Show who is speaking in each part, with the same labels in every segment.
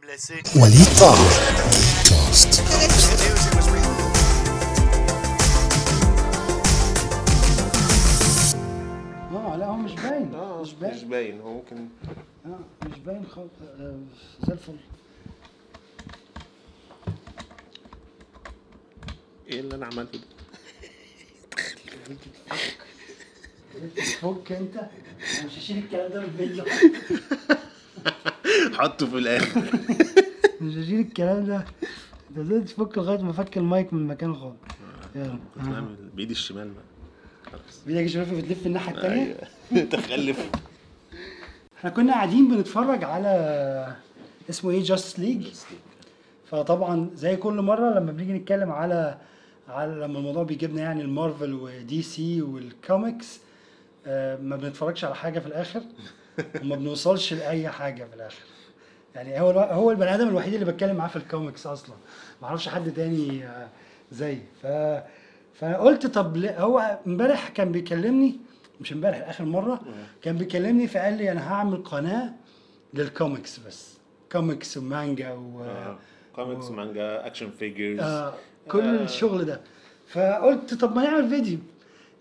Speaker 1: blessé.
Speaker 2: Walid Talk. The Cast.
Speaker 3: اه لا هو مش باين مش
Speaker 4: آه، مش
Speaker 3: باين
Speaker 4: باين هو ممكن
Speaker 3: اه مش باين خالص آه، زي الفل
Speaker 4: ايه اللي انا عملته ده
Speaker 3: فك انت انا مش هشيل الكلام ده من الفيديو
Speaker 4: حطه في الاخر
Speaker 3: مش هشيل الكلام ده انت ازاي تفك لغايه ما فك المايك من مكانه خالص يلا آه.
Speaker 4: نعمل بايد الشمال بقى خلاص.
Speaker 3: بيدك شفافه بتلف الناحيه التانيه
Speaker 4: ايوه تخلف
Speaker 3: احنا كنا قاعدين بنتفرج على اسمه ايه جاست ليج فطبعا زي كل مره لما بنيجي نتكلم على على لما الموضوع بيجيبنا يعني المارفل ودي سي والكوميكس آه، ما بنتفرجش على حاجه في الاخر وما بنوصلش لاي حاجه في الاخر يعني هو الوا- هو البني ادم الوحيد اللي بتكلم معاه في الكوميكس اصلا ما اعرفش حد تاني آه، زيي ف فقلت طب ليه- هو امبارح كان بيكلمني مش امبارح اخر مره كان بيكلمني فقال لي انا هعمل قناه للكوميكس بس كوميكس ومانجا و...
Speaker 4: آه. كوميكس مانجا اكشن فيجرز
Speaker 3: آه كل الشغل ده فقلت طب ما نعمل فيديو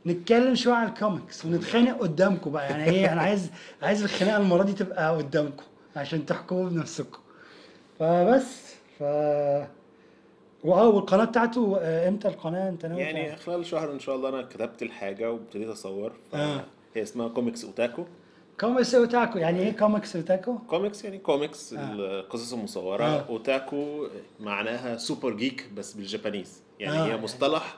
Speaker 3: نتكلم شويه عن الكوميكس ونتخانق قدامكم بقى يعني ايه انا عايز عايز الخناقه المره دي تبقى قدامكم عشان تحكموا بنفسكم فبس ف واه والقناه بتاعته آه، امتى القناه انت ناوي
Speaker 4: يعني
Speaker 3: تعمل؟
Speaker 4: خلال شهر ان شاء الله انا كتبت الحاجه وابتديت اصور ف...
Speaker 3: آه.
Speaker 4: هي اسمها كوميكس اوتاكو
Speaker 3: كوميكس اوتاكو يعني ايه كوميكس اوتاكو؟
Speaker 4: كوميكس يعني كوميكس
Speaker 3: آه.
Speaker 4: القصص المصوره
Speaker 3: آه.
Speaker 4: اوتاكو معناها سوبر جيك بس بالجابانيز يعني
Speaker 3: آه.
Speaker 4: هي مصطلح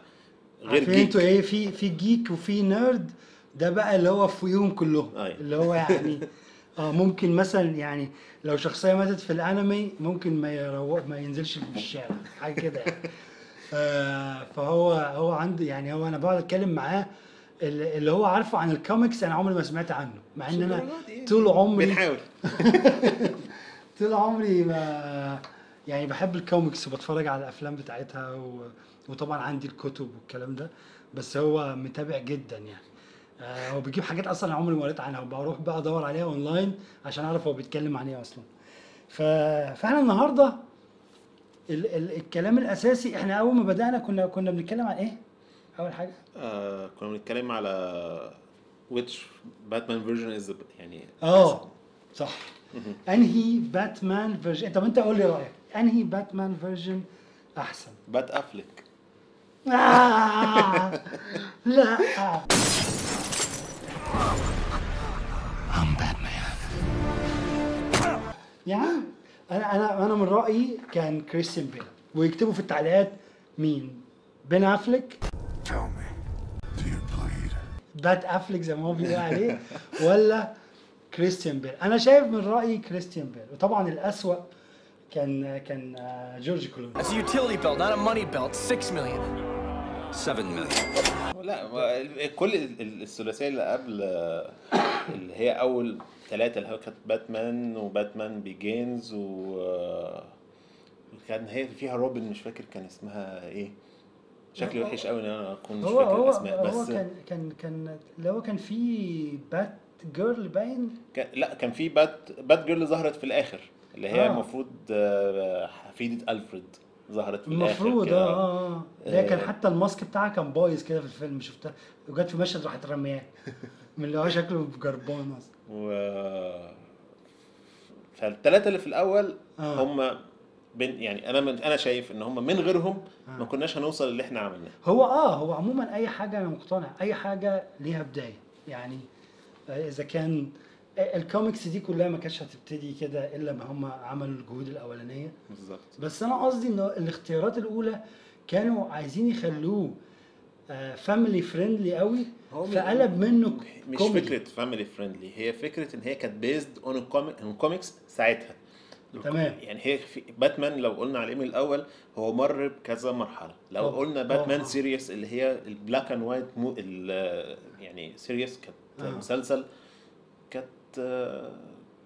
Speaker 4: غير
Speaker 3: عارفين انتوا
Speaker 4: جيك
Speaker 3: ايه في في جيك وفي نيرد ده بقى اللي هو فيهم كلهم
Speaker 4: أيوة.
Speaker 3: اللي هو يعني اه ممكن مثلا يعني لو شخصيه ماتت في الانمي ممكن ما يروق ما ينزلش في الشارع حاجه كده يعني آه فهو هو عنده يعني هو انا بقعد اتكلم معاه اللي اللي هو عارفه عن الكوميكس انا عمري ما سمعت عنه مع ان انا طول عمري
Speaker 4: بنحاول
Speaker 3: طول عمري ما يعني بحب الكوميكس وبتفرج على الافلام بتاعتها و... وطبعا عندي الكتب والكلام ده بس هو متابع جدا يعني آه، هو بيجيب حاجات اصلا أنا عمري ما قريت عنها وبروح بقى ادور عليها اونلاين عشان اعرف هو بيتكلم عن ايه اصلا ف... فاحنا النهارده ال... ال... الكلام الاساسي احنا اول ما بدانا كنا كنا بنتكلم عن ايه اول حاجه
Speaker 4: آه كنا بنتكلم على which Batman version is the يعني
Speaker 3: اه صح انهي باتمان فيرجن طب انت قول لي رايك انهي باتمان فيرجن احسن
Speaker 4: بات افلك
Speaker 3: آه لا
Speaker 2: I'm Batman.
Speaker 3: يا عم انا انا انا من رايي كان كريستيان بيل ويكتبوا في التعليقات مين بين افليك
Speaker 2: Tell me, do you bleed?
Speaker 3: بات افليك زي ما هو بيقول عليه ولا كريستيان بيل انا شايف من رايي كريستيان بيل وطبعا الاسوأ كان كان آه، جورج كلوني
Speaker 5: It's a utility belt, not a money belt. Six million. Seven million.
Speaker 4: لا ما ال- كل ال- ال- الثلاثيه اللي قبل آه، اللي هي اول ثلاثه اللي هو كانت باتمان وباتمان بيجينز و آه، كان هي فيها روبن مش فاكر كان اسمها ايه شكلي وحش قوي ان انا اكون مش
Speaker 3: هو
Speaker 4: فاكر
Speaker 3: هو
Speaker 4: الاسماء
Speaker 3: هو
Speaker 4: بس
Speaker 3: كان كان كان اللي هو كان في بات جيرل باين
Speaker 4: كان لا كان في بات بات جيرل ظهرت في الاخر اللي هي
Speaker 3: آه.
Speaker 4: المفروض آه، حفيده الفريد ظهرت في الاخر
Speaker 3: المفروض
Speaker 4: كده.
Speaker 3: اه اه آه. اللي هي كان
Speaker 4: آه.
Speaker 3: حتى الماسك بتاعها كان بايظ كده في الفيلم شفتها وجت في مشهد راحت رمياه من اللي هو شكله جربان اصلا
Speaker 4: و فالثلاثه اللي في الاول
Speaker 3: آه.
Speaker 4: آه. هم بين يعني انا من انا شايف ان هم من غيرهم آه. ما كناش هنوصل اللي احنا عملناه
Speaker 3: هو اه هو عموما اي حاجه انا مقتنع اي حاجه ليها بدايه يعني آه، اذا كان آه، الكوميكس دي كلها ما كانتش هتبتدي كده الا ما هم عملوا الجهود الاولانيه
Speaker 4: بالظبط
Speaker 3: بس انا قصدي ان الاختيارات الاولى كانوا عايزين يخلوه فاميلي فريندلي قوي
Speaker 4: هو من-
Speaker 3: فقلب منه
Speaker 4: مش
Speaker 3: كوميدي.
Speaker 4: فكره فاميلي فريندلي هي فكره ان هي كانت بيزد اون كوميكس ساعتها
Speaker 3: تمام.
Speaker 4: يعني هي في باتمان لو قلنا عليه من الاول هو مر بكذا مرحله لو
Speaker 3: طبعا.
Speaker 4: قلنا باتمان
Speaker 3: آه.
Speaker 4: سيريس اللي هي البلاك اند وايت مو ال- يعني سيريس كانت
Speaker 3: آه.
Speaker 4: مسلسل كانت آه،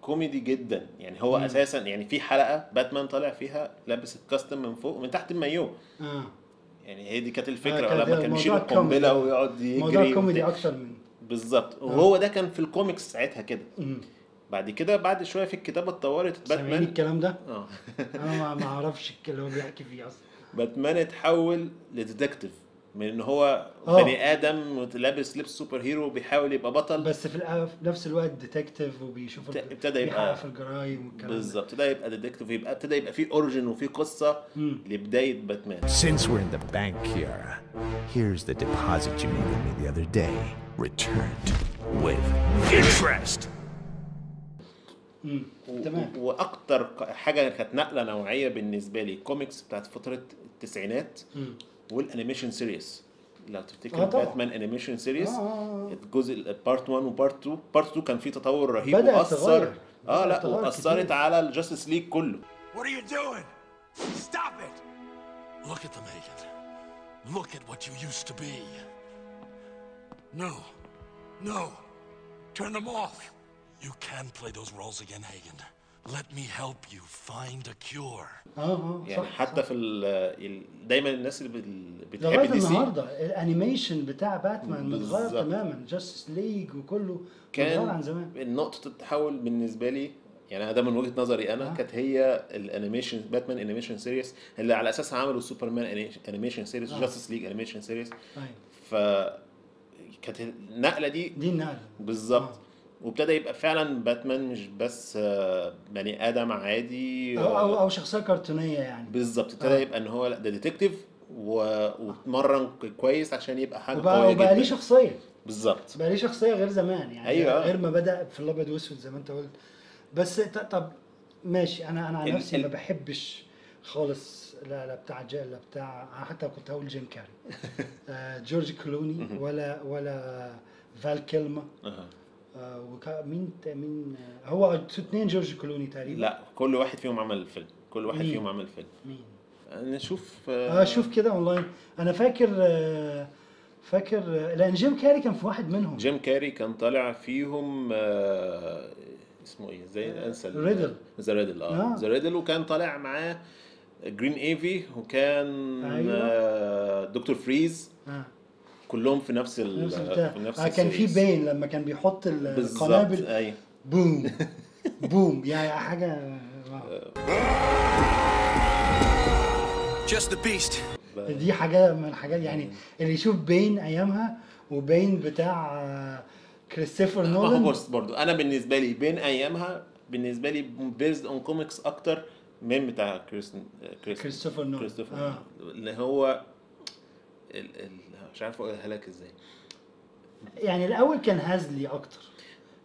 Speaker 4: كوميدي جدا يعني هو اساسا يعني في حلقه باتمان طالع فيها لابس الكاستم من فوق ومن تحت المايوه
Speaker 3: آه.
Speaker 4: يعني هي دي كانت
Speaker 3: آه،
Speaker 4: الفكره
Speaker 3: كان
Speaker 4: لما
Speaker 3: ده
Speaker 4: كان
Speaker 3: موضوع
Speaker 4: يشيل
Speaker 3: كوميدي.
Speaker 4: القنبله ويقعد يجري
Speaker 3: موضوع كوميدي
Speaker 4: وبتاع.
Speaker 3: اكتر من
Speaker 4: بالظبط وهو ده كان في الكوميكس ساعتها كده بعد كده بعد شويه في الكتابه اتطورت
Speaker 3: سامعين
Speaker 4: باتمان
Speaker 3: الكلام ده؟
Speaker 4: اه
Speaker 3: انا ما- ما اعرفش اللي هو بيحكي فيه اصلا
Speaker 4: باتمان اتحول لديتكتيف من ان هو
Speaker 3: آه.
Speaker 4: بني ادم لابس لبس سوبر هيرو وبيحاول يبقى بطل
Speaker 3: بس في الأ- في نفس الوقت ديتكتيف وبيشوف
Speaker 4: ابت- ابتدى يبقى-
Speaker 3: بيحقق في الجرايم والكلام ده.
Speaker 4: بالظبط ده يبقى ديتكتيف يبقى ابتدى يبقى فيه اوريجن وفيه قصه لبدايه باتمان
Speaker 1: Since we're in the bank, Kiara, here's the deposit you made on me the other day. Returned with interest.
Speaker 3: تمام.
Speaker 4: و- واكتر ق- حاجه كانت نقله نوعيه بالنسبه لي الكوميكس بتاعت فتره التسعينات والانيميشن سيريس لو تفتكر
Speaker 3: آه طبعا.
Speaker 4: باتمان انيميشن سيريس
Speaker 3: آه آه
Speaker 4: الجزء بارت 1 وبارت 2 بارت 2 كان فيه تطور رهيب
Speaker 3: بدأت
Speaker 4: واثر
Speaker 3: تغير.
Speaker 4: اه
Speaker 3: بدأت
Speaker 4: لا
Speaker 3: تغير
Speaker 4: واثرت
Speaker 3: كتير.
Speaker 4: على الجاستس ليج كله
Speaker 6: What are you doing? Stop it! Look at them, Hagen. Look at what you used to be. No. No. Turn them off. You can play those roles again, Hagen. Let me help you find a cure.
Speaker 3: اه اه
Speaker 4: يعني
Speaker 3: صح
Speaker 4: حتى في ال- ال- دايما الناس اللي بال-
Speaker 3: لغايه
Speaker 4: بتحب دي سي
Speaker 3: النهارده الانيميشن بتاع باتمان متغير
Speaker 4: بالظبط.
Speaker 3: تماما جاستس ليج وكله متغير عن
Speaker 4: كان
Speaker 3: زمان
Speaker 4: نقطة التحول بالنسبة لي يعني أنا ده من وجهة نظري
Speaker 3: آه.
Speaker 4: أنا كانت هي الأنيميشن باتمان أنيميشن سيريس اللي على أساسها عملوا سوبرمان أنيميشن سيريس
Speaker 3: آه.
Speaker 4: جاستس ليج أنيميشن سيريس
Speaker 3: أيوة.
Speaker 4: ف كانت النقلة دي
Speaker 3: دي النقله
Speaker 4: بالظبط
Speaker 3: آه.
Speaker 4: وابتدى يبقى فعلا باتمان مش بس آه، بني آدم عادي
Speaker 3: او او او شخصيه كرتونيه يعني
Speaker 4: بالظبط ابتدى يبقى إن هو لا، ده ديتكتيف و... واتمرن كويس عشان يبقى حاجة
Speaker 3: وبقى
Speaker 4: قوية
Speaker 3: وبقى ليه
Speaker 4: جدا
Speaker 3: شخصيه
Speaker 4: بالظبط
Speaker 3: بقى ليه شخصيه غير زمان يعني
Speaker 4: أيوة.
Speaker 3: غير ما بدا في الابيض واسود زي ما انت قلت بس ط- طب ماشي انا انا عن
Speaker 4: ال-
Speaker 3: نفسي
Speaker 4: ال-
Speaker 3: ما بحبش خالص لا لا بتاع جا لا بتاع أنا حتى كنت هقول جيم كاري آه، جورج كلوني ولا ولا فال كيلما
Speaker 4: أها.
Speaker 3: آه، وكا- مين تا- مين آه، هو اثنين جورج كلوني تقريبا
Speaker 4: لا كل واحد فيهم عمل فيلم كل واحد
Speaker 3: إيه؟ مين؟
Speaker 4: فيهم عمل فيلم
Speaker 3: مين
Speaker 4: نشوف
Speaker 3: اه شوف كده اونلاين انا فاكر آه، فاكر آه، لان جيم كاري كان في واحد منهم
Speaker 4: آه، جيم كاري كان طالع فيهم آه، اسمه ايه ازاي انسى
Speaker 3: آه، ريدل.
Speaker 4: ذا ريدل اه
Speaker 3: آه.
Speaker 4: ذا ريدل وكان طالع معاه جرين ايفي وكان
Speaker 3: أيوة.
Speaker 4: آه، دكتور فريز
Speaker 3: آه.
Speaker 4: كلهم في نفس ال
Speaker 3: نفس البتاع
Speaker 4: في نفس
Speaker 3: آه كان في
Speaker 4: السيريز.
Speaker 3: باين لما كان بيحط ال-
Speaker 4: بالظبط
Speaker 3: القنابل
Speaker 4: ايوه
Speaker 3: بوم بوم يعني حاجه آه.
Speaker 5: Just the beast.
Speaker 3: دي حاجه من الحاجات يعني اللي يشوف باين ايامها وباين بتاع آه، كريستوفر نولان
Speaker 4: بص برضو انا بالنسبه لي بين ايامها بالنسبه لي بيزد اون كوميكس اكتر من بتاع كريس كريس-
Speaker 3: كريستوفر نولان.
Speaker 4: كريستوفر
Speaker 3: آه.
Speaker 4: نولان. اللي هو ال... ال... مش عارف اقولها لك ازاي
Speaker 3: يعني الاول كان هزلي اكتر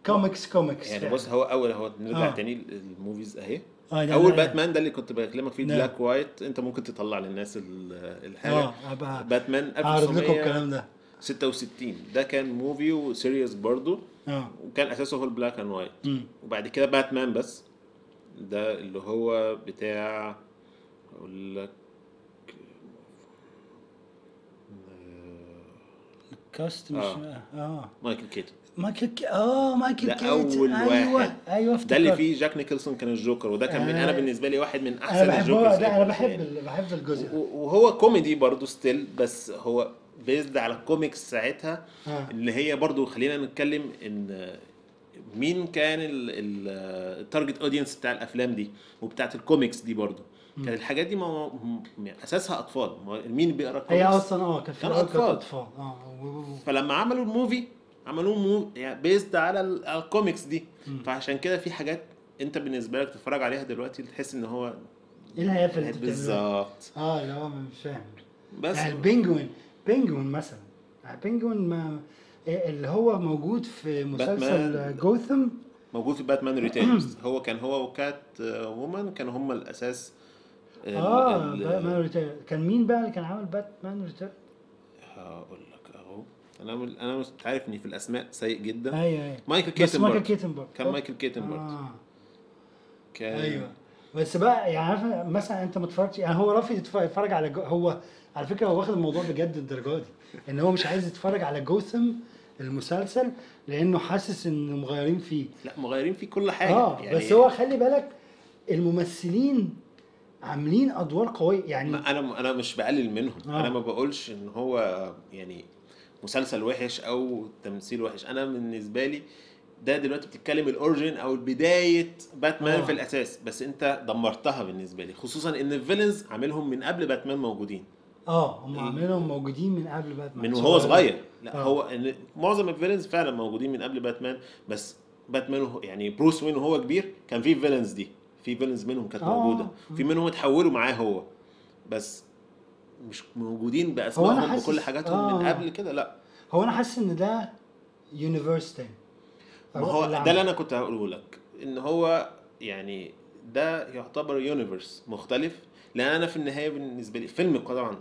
Speaker 3: كوميكس كوميكس
Speaker 4: يعني
Speaker 3: فعلاً.
Speaker 4: بص هو اول هو نرجع
Speaker 3: آه.
Speaker 4: تاني للموفيز اهي
Speaker 3: آه، نعم. لا،
Speaker 4: اول
Speaker 3: لا، لا.
Speaker 4: باتمان ده اللي كنت بكلمك فيه
Speaker 3: لا.
Speaker 4: بلاك وايت انت ممكن تطلع للناس ال- الحاجه
Speaker 3: اه هبقى
Speaker 4: باتمان
Speaker 3: اعرض لكم الكلام ده
Speaker 4: 1966 ده كان موفي وسيريس برضو
Speaker 3: اه
Speaker 4: وكان اساسه هو البلاك اند وايت وبعد كده باتمان بس ده اللي هو بتاع اقول لك
Speaker 3: كاست مش اه, آه.
Speaker 4: مايكل كيتون
Speaker 3: مايكل كي... اه مايكل
Speaker 4: ده
Speaker 3: كيتون
Speaker 4: اول
Speaker 3: ايوه
Speaker 4: واحد
Speaker 3: ايوه
Speaker 4: ده اللي
Speaker 3: افتكرت.
Speaker 4: فيه جاك نيكلسون كان الجوكر وده كان من انا
Speaker 3: آه.
Speaker 4: بالنسبه لي واحد من احسن
Speaker 3: انا بحبه
Speaker 4: الجوكرز
Speaker 3: لا انا
Speaker 4: يعني.
Speaker 3: بحب ال- بحب الجزء ده.
Speaker 4: و- وهو كوميدي برضه ستيل بس هو بيزد على الكوميكس ساعتها
Speaker 3: آه.
Speaker 4: اللي هي برضه خلينا نتكلم ان مين كان التارجت اودينس بتاع الافلام دي وبتاعت الكوميكس دي برضه كان الحاجات دي ما م- اساسها اطفال ما- مين بيقرا
Speaker 3: هي
Speaker 4: كوميكس
Speaker 3: اصلا اه كان في
Speaker 4: كان
Speaker 3: الأول كانت
Speaker 4: أطفال.
Speaker 3: اطفال اه و- و-
Speaker 4: فلما عملوا الموفي عملوه مو يعني بيزد على ال- على الكوميكس دي فعشان كده في حاجات انت بالنسبه لك تتفرج عليها دلوقتي تحس ان هو
Speaker 3: ايه الهيافه اللي انت بتعملها؟
Speaker 4: إيه، بالظبط
Speaker 3: اه اللي هو مش فاهم
Speaker 4: بس
Speaker 3: يعني البنجوين بنجوين مثلا البنجوين يعني ما إيه، اللي هو موجود في مسلسل
Speaker 4: باتمان.
Speaker 3: جوثم
Speaker 4: موجود في باتمان ريتيرنز هو كان هو وكات آه، وومن كان هما الاساس ال-
Speaker 3: اه
Speaker 4: ال-
Speaker 3: باتمان ريتيرن كان مين بقى اللي كان عامل باتمان ريتيرن
Speaker 4: هقول لك اهو انا من- انا مش عارف اني في الاسماء سيء جدا
Speaker 3: ايوه ايوه
Speaker 4: مايكل
Speaker 3: بس
Speaker 4: كيتن
Speaker 3: مايكل
Speaker 4: برضه.
Speaker 3: كيتن برضه.
Speaker 4: كان مايكل كيتن برضه
Speaker 3: اه
Speaker 4: كان
Speaker 3: ايوه بس بقى يعني عارف مثلا انت ما اتفرجتش يعني هو رافض يتف- يتفرج على جو... هو على فكره هو واخد الموضوع بجد الدرجه دي ان هو مش عايز يتفرج على جوثم المسلسل لانه حاسس ان مغيرين فيه
Speaker 4: لا مغيرين فيه كل يعني حاجه
Speaker 3: اه بس هو خلي بالك الممثلين عاملين ادوار قويه يعني
Speaker 4: ما انا انا مش بقلل منهم
Speaker 3: آه.
Speaker 4: انا ما بقولش ان هو يعني مسلسل وحش او تمثيل وحش انا بالنسبه لي ده دلوقتي بتتكلم الاوريجن او بدايه باتمان
Speaker 3: آه.
Speaker 4: في الاساس بس انت دمرتها بالنسبه لي خصوصا ان الفيلنز عاملهم من قبل باتمان موجودين
Speaker 3: اه هم عاملينهم موجودين من قبل باتمان
Speaker 4: من وهو صغير
Speaker 3: آه.
Speaker 4: لا هو إن معظم الفيلنز فعلا موجودين من قبل باتمان بس باتمان وهو يعني بروس وين وهو كبير كان في فيلنز دي في فيلنز منهم كانت
Speaker 3: آه.
Speaker 4: موجوده في منهم اتحولوا معاه هو بس مش موجودين باسمائهم
Speaker 3: حاسس-
Speaker 4: بكل حاجاتهم من
Speaker 3: آه.
Speaker 4: قبل كده لا
Speaker 3: هو انا حاسس ان ده يونيفرس تاني
Speaker 4: ما هو ده اللي انا كنت هقوله لك ان هو يعني ده يعتبر يونيفرس مختلف لان انا في النهايه بالنسبه لي فيلم طبعا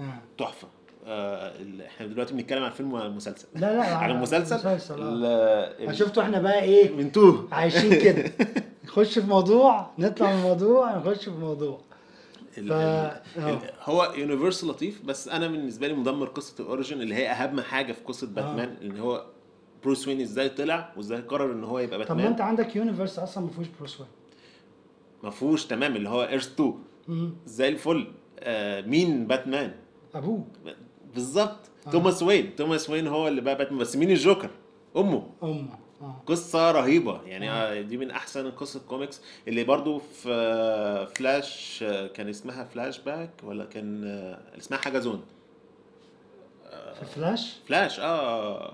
Speaker 3: آه.
Speaker 4: تحفه آه ال- احنا دلوقتي بنتكلم عن الفيلم وعن المسلسل
Speaker 3: لا، لا،
Speaker 4: على
Speaker 3: عن
Speaker 4: المسلسل
Speaker 3: المسلسل، آه.
Speaker 4: ال- ال-
Speaker 3: أنا شفته احنا بقى ايه
Speaker 4: من توه
Speaker 3: عايشين كده نخش في موضوع نطلع من موضوع نخش في موضوع
Speaker 4: ال-
Speaker 3: ف-
Speaker 4: ال-
Speaker 3: آه.
Speaker 4: ال- هو يونيفرس لطيف بس انا بالنسبه لي مدمر قصه الاوريجن اللي هي اهم حاجه في
Speaker 3: آه.
Speaker 4: قصه باتمان ان هو بروس وين ازاي طلع وازاي قرر ان هو يبقى
Speaker 3: طب ما انت
Speaker 4: باتمان
Speaker 3: عندك يونيفرس اصلا ما فيهوش بروس وين
Speaker 4: ما فيهوش تمام اللي هو ايرث 2 زي الفل آه مين باتمان
Speaker 3: ابوه
Speaker 4: بالظبط
Speaker 3: آه.
Speaker 4: توماس وين توماس وين هو اللي بقى باتمان بس مين الجوكر امه
Speaker 3: امه اه
Speaker 4: قصة رهيبة يعني آه، دي من أحسن قصة كوميكس اللي برضو في آه، فلاش آه، كان اسمها فلاش باك ولا كان آه، اسمها حاجة زون
Speaker 3: في فلاش
Speaker 4: فلاش اه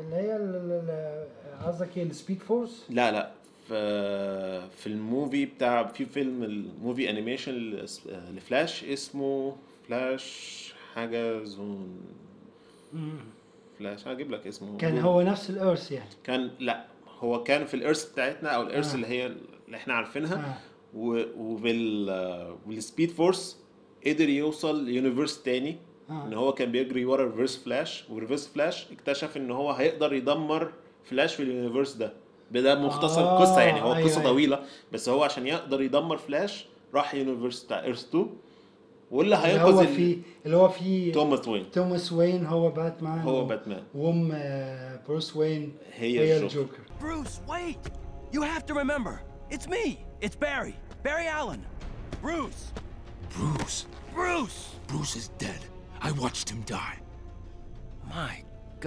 Speaker 3: اللي هي ال- ال- ال- قصدك ايه السبيد فورس
Speaker 4: لا لا في في الموفي بتاع في فيلم الموفي انيميشن لس- آه، لفلاش اسمه فلاش حاجة زون فلاش هجيب لك اسمه
Speaker 3: كان
Speaker 4: جوجل.
Speaker 3: هو نفس الارث يعني
Speaker 4: كان لا هو كان في الارث بتاعتنا او الارث
Speaker 3: آه.
Speaker 4: آه. اللي هي اللي احنا عارفينها
Speaker 3: آه.
Speaker 4: آه. وبال والسبيد فورس قدر يوصل ليونيفرس تاني
Speaker 3: آه.
Speaker 4: آه. ان هو كان بيجري ورا ريفرس فلاش وريفرس فلاش اكتشف ان هو هيقدر يدمر فلاش في اليونيفرس ده ده مختصر
Speaker 3: آه،
Speaker 4: آه. قصه يعني هو
Speaker 3: أيوة،
Speaker 4: قصه
Speaker 3: أيوة.
Speaker 4: طويله بس هو عشان يقدر يدمر فلاش راح يونيفرس بتاع ايرث 2 واللي
Speaker 3: اللي هو
Speaker 4: هينقذ أيوة، ال-
Speaker 3: في اللي هو في
Speaker 4: توماس وين
Speaker 3: توماس وين هو باتمان
Speaker 4: هو
Speaker 3: و-
Speaker 4: باتمان.
Speaker 3: وام آه، بروس وين
Speaker 4: هي الجوكر.
Speaker 3: الجوكر
Speaker 5: Bruce, wait! You have to remember. It's me. It's Barry. Barry Allen. Bruce.
Speaker 6: Bruce.
Speaker 5: Bruce!
Speaker 6: Bruce is dead. I watched him die.
Speaker 5: My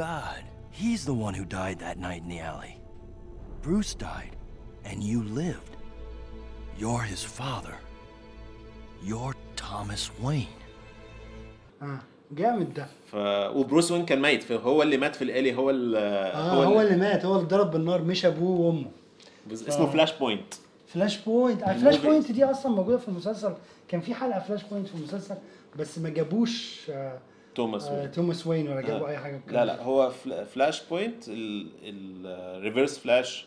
Speaker 5: God. He's the one who died that night in the alley. Bruce died, and you lived. You're his father. You're Thomas Wayne.
Speaker 3: اه جامد ده
Speaker 4: ف... وبروس وين كان ميت فهو اللي مات في الالي هو ال...
Speaker 3: اه هو اللي مات هو اللي ضرب بالنار مش ابوه وامه
Speaker 4: بز- اسمه فلاش بوينت
Speaker 3: فلاش بوينت آه، فلاش بوينت دي اصلا موجوده في المسلسل كان في حلقه فلاش بوينت في المسلسل بس ما جابوش آه،
Speaker 4: توماس
Speaker 3: آه،
Speaker 4: وين
Speaker 3: توماس وين ولا جابوا
Speaker 4: آه.
Speaker 3: اي حاجه بالكلام
Speaker 4: لا
Speaker 3: ده.
Speaker 4: لا هو فل- فلاش بوينت الريفرس فلاش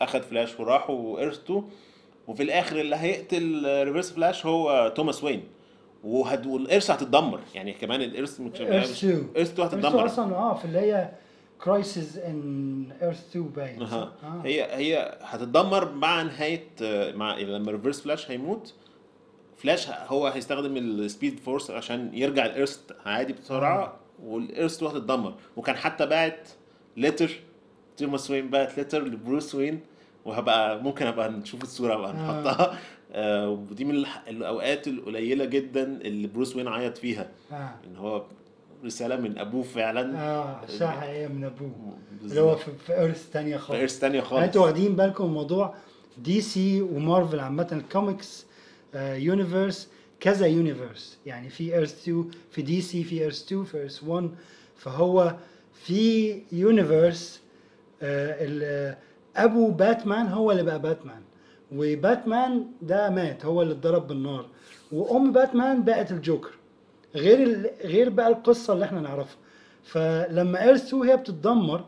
Speaker 4: اخد فلاش وراح وقرته وفي الاخر اللي هيقتل ريفرس فلاش هو توماس وين وهد... والارث هتتدمر يعني كمان الارث مش
Speaker 3: ايرث 2
Speaker 4: ايرث 2
Speaker 3: Earth 2
Speaker 4: هتتدمر
Speaker 3: اصلا اه في اللي هي كرايسيس ان ايرث 2 باين صح؟
Speaker 4: أها.
Speaker 3: اه
Speaker 4: هي هي هتتدمر مع نهايه آه، مع لما ريفرس فلاش هيموت فلاش ه- هو هيستخدم السبيد فورس عشان يرجع الارث عادي بسرعه والارث تو هتتدمر وكان حتى باعت لتر توماس وين باعت لتر لبروس وين وهبقى ممكن ابقى نشوف الصوره بقى نحطها آه، ودي من الح- الاوقات القليله جدا اللي بروس وين عيط فيها
Speaker 3: آه.
Speaker 4: ان هو رساله من ابوه فعلا
Speaker 3: اه ساعه
Speaker 4: آه،
Speaker 3: حقيقيه من ابوه
Speaker 4: بالظبط.
Speaker 3: اللي هو في, في ايرث ثانيه خالص يعني
Speaker 4: في Earth تانية خالص.
Speaker 3: انتوا واخدين بالكم من موضوع دي سي ومارفل عامه الكوميكس آه يونيفرس كذا يونيفرس يعني في ايرث 2 في دي سي في ايرث 2 في ايرث 1 فهو في يونيفرس آه ال- ابو باتمان هو اللي بقى باتمان وباتمان ده مات هو اللي اتضرب بالنار وام باتمان بقت الجوكر غير ال... غير بقى القصه اللي احنا نعرفها فلما ايرث 2 هي بتتدمر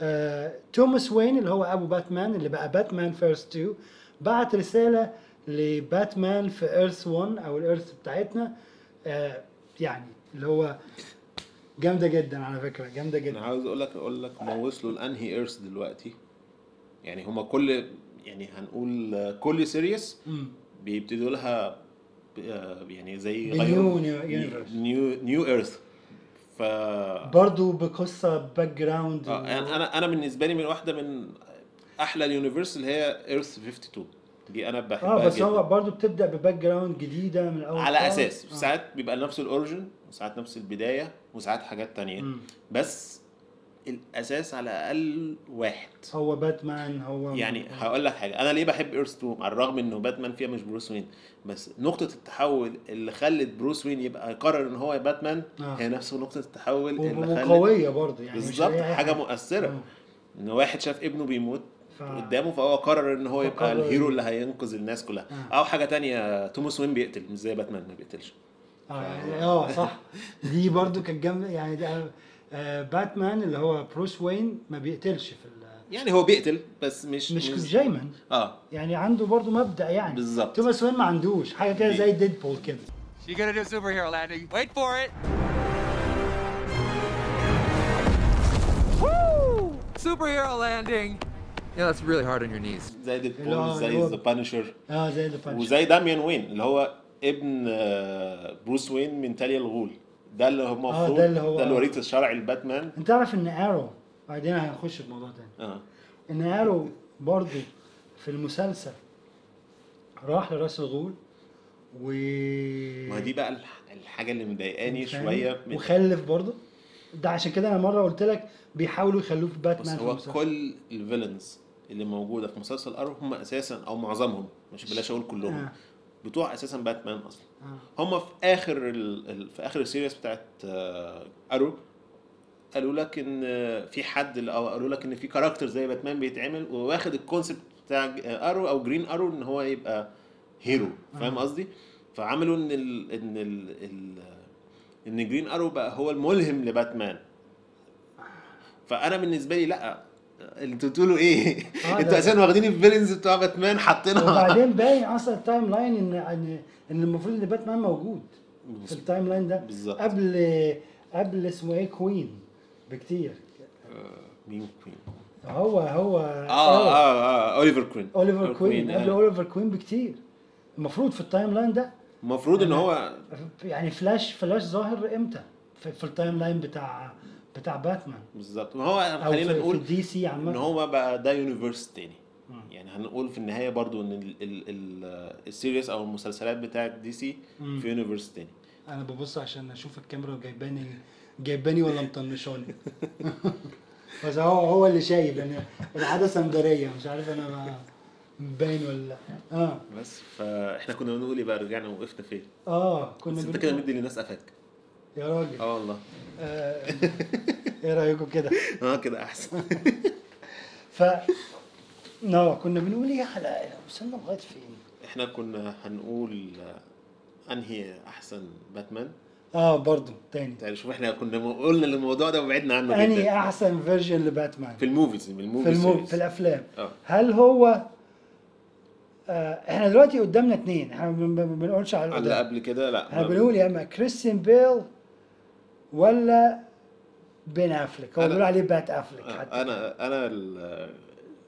Speaker 3: آه... توماس وين اللي هو ابو باتمان اللي بقى باتمان في ايرث 2 بعت رساله لباتمان في ايرث 1 او الايرث بتاعتنا آه... يعني اللي هو جامده جدا على فكره جامده
Speaker 4: انا
Speaker 3: جدا
Speaker 4: عاوز اقول لك اقول لك هما وصلوا لانهي ايرث دلوقتي يعني هما كل يعني هنقول آه، كل سيريس بيبتدوا لها ب- آه، يعني زي
Speaker 3: بنيو نيو- يونيفرس.
Speaker 4: نيو نيو ايرث ف آه،
Speaker 3: برضو بقصه باك جراوند
Speaker 4: انا انا انا بالنسبه لي من واحده من احلى اليونيفرس اللي هي ايرث 52 دي انا بحبها
Speaker 3: اه بس
Speaker 4: جداً.
Speaker 3: هو برضو بتبدا بباك جراوند جديده من الاول
Speaker 4: على
Speaker 3: خالص. آه.
Speaker 4: اساس ساعات بيبقى نفس الاوريجن وساعات نفس البدايه وساعات حاجات تانية بس الاساس على الاقل واحد
Speaker 3: هو باتمان هو
Speaker 4: يعني هقول لك حاجه انا ليه بحب ايرث 2 على الرغم انه باتمان فيها مش بروس وين بس نقطه التحول اللي خلت بروس وين يبقى قرر ان هو باتمان
Speaker 3: آه.
Speaker 4: هي نفس نقطه التحول اللي خلت
Speaker 3: وقويه برضه يعني مش
Speaker 4: بالظبط
Speaker 3: أي
Speaker 4: حاجه مؤثره ان واحد شاف ابنه بيموت
Speaker 3: ف-
Speaker 4: قدامه فهو قرر ان هو يبقى
Speaker 3: فقرر-
Speaker 4: الهيرو اللي هينقذ الناس كلها
Speaker 3: آه.
Speaker 4: او حاجه تانية توماس وين بيقتل مش زي باتمان ما بيقتلش
Speaker 3: اه يعني اه صح دي برضو كانت جامده يعني ده آه باتمان اللي هو بروس وين ما بيقتلش في ال-
Speaker 4: يعني هو بيقتل بس مش
Speaker 3: مش دايما
Speaker 4: اه
Speaker 3: يعني عنده برضو مبدا يعني
Speaker 4: بالظبط.
Speaker 3: توماس وين ما عندوش حاجه كده زي ديدبول كده
Speaker 7: She's gonna do superhero landing. Wait for it. Woo! Superhero landing. Yeah, that's really hard on your knees.
Speaker 4: زي ديد
Speaker 3: اللي هو-
Speaker 4: بول زي
Speaker 3: اللي هو-
Speaker 4: ذا بانشر
Speaker 3: اه زي ذا بانش
Speaker 4: وزي داميان وين اللي هو ابن آه، بروس وين من تاليا الغول ده اللي هو المفروض
Speaker 3: آه، ده اللي هو-
Speaker 4: ده الوريث الشرعي لباتمان
Speaker 3: انت تعرف ان ارو بعدين هنخش في موضوع تاني
Speaker 4: اه
Speaker 3: ان ارو برضو في المسلسل راح لراس الغول و
Speaker 4: ما دي بقى الح- الحاجه اللي مضايقاني
Speaker 3: فاهم؟
Speaker 4: شويه من
Speaker 3: وخلف برضو ده عشان كده انا مره قلت لك بيحاولوا يخلوه في
Speaker 4: بس
Speaker 3: باتمان في
Speaker 4: هو
Speaker 3: المسلسل.
Speaker 4: كل الفيلنز اللي موجوده في مسلسل ارو هم اساسا او معظمهم مش بلاش اقول كلهم
Speaker 3: آه.
Speaker 4: بتوع اساسا باتمان اصلا
Speaker 3: آه.
Speaker 4: هم في اخر ال... ال- في اخر السيريس بتاعت آه، ارو قالوا لك ان آه، في حد ال- او قالوا لك ان في كاركتر زي باتمان بيتعمل وواخد الكونسبت بتاع ج- آه، ارو او جرين ارو ان هو يبقى هيرو فاهم قصدي فعملوا ان ال... ان ال... ال... ان جرين ارو بقى هو الملهم لباتمان فانا بالنسبه لي لا انتوا بتقولوا ايه؟
Speaker 3: آه،
Speaker 4: انتوا
Speaker 3: ده-
Speaker 4: اساسا واخدين الفيلنز بتوع باتمان حاطينها
Speaker 3: وبعدين باين اصلا التايم لاين ان ان ان المفروض ان باتمان موجود في التايم لاين ده
Speaker 4: بالظبط.
Speaker 3: قبل قبل اسمه ايه كوين بكتير
Speaker 4: مين كوين؟
Speaker 3: هو هو
Speaker 4: اه اه اه اوليفر كوين
Speaker 3: اوليفر كوين
Speaker 4: آه.
Speaker 3: قبل اوليفر كوين بكتير المفروض في التايم لاين ده
Speaker 4: المفروض ان هو
Speaker 3: يعني فلاش فلاش ظاهر امتى في, في التايم لاين بتاع بتاع باتمان
Speaker 4: بالظبط ما هو
Speaker 3: او
Speaker 4: خلينا
Speaker 3: في, في
Speaker 4: نقول
Speaker 3: دي سي
Speaker 4: ان
Speaker 3: عامه
Speaker 4: هو بقى ده يونيفرس تاني يعني هنقول في النهايه برضو ان ال- ال- ال- السيريس او المسلسلات بتاعت دي سي في يونيفرس تاني
Speaker 3: انا ببص عشان اشوف الكاميرا جايباني جايباني ولا مطنشاني بس هو هو اللي شايف لان العاده سندريه مش عارف انا ما باين ولا لا اه
Speaker 4: بس فاحنا كنا بنقول ايه بقى رجعنا وقفنا فين
Speaker 3: اه كنا
Speaker 4: بس
Speaker 3: بنقول-
Speaker 4: انت
Speaker 3: آه
Speaker 4: كده مدي للناس قفاك
Speaker 3: يا راجل
Speaker 4: اه والله
Speaker 3: آه، ايه رايكم كده
Speaker 4: اه كده احسن
Speaker 3: ف لا كنا بنقول ايه على وصلنا لغايه فين
Speaker 4: احنا كنا هنقول آه، انهي احسن باتمان
Speaker 3: اه برضو تاني
Speaker 4: تعالى شوف احنا كنا م- قلنا الموضوع ده وبعدنا عنه
Speaker 3: اني
Speaker 4: جدا
Speaker 3: احسن فيرجن لباتمان
Speaker 4: في الموفيز في
Speaker 3: في,
Speaker 4: الموفيز
Speaker 3: المو... في الافلام
Speaker 4: آه.
Speaker 3: هل هو آه احنا دلوقتي قدامنا اثنين احنا ما ما- ما بنقولش على
Speaker 4: اللي
Speaker 3: القدام
Speaker 4: قبل كده لا
Speaker 3: احنا
Speaker 4: ما-
Speaker 3: بنقول يا اما كريستيان بيل ولا بين افلك هو
Speaker 4: أنا- آه،
Speaker 3: بيقول عليه بات افلك حتى
Speaker 4: انا انا ال-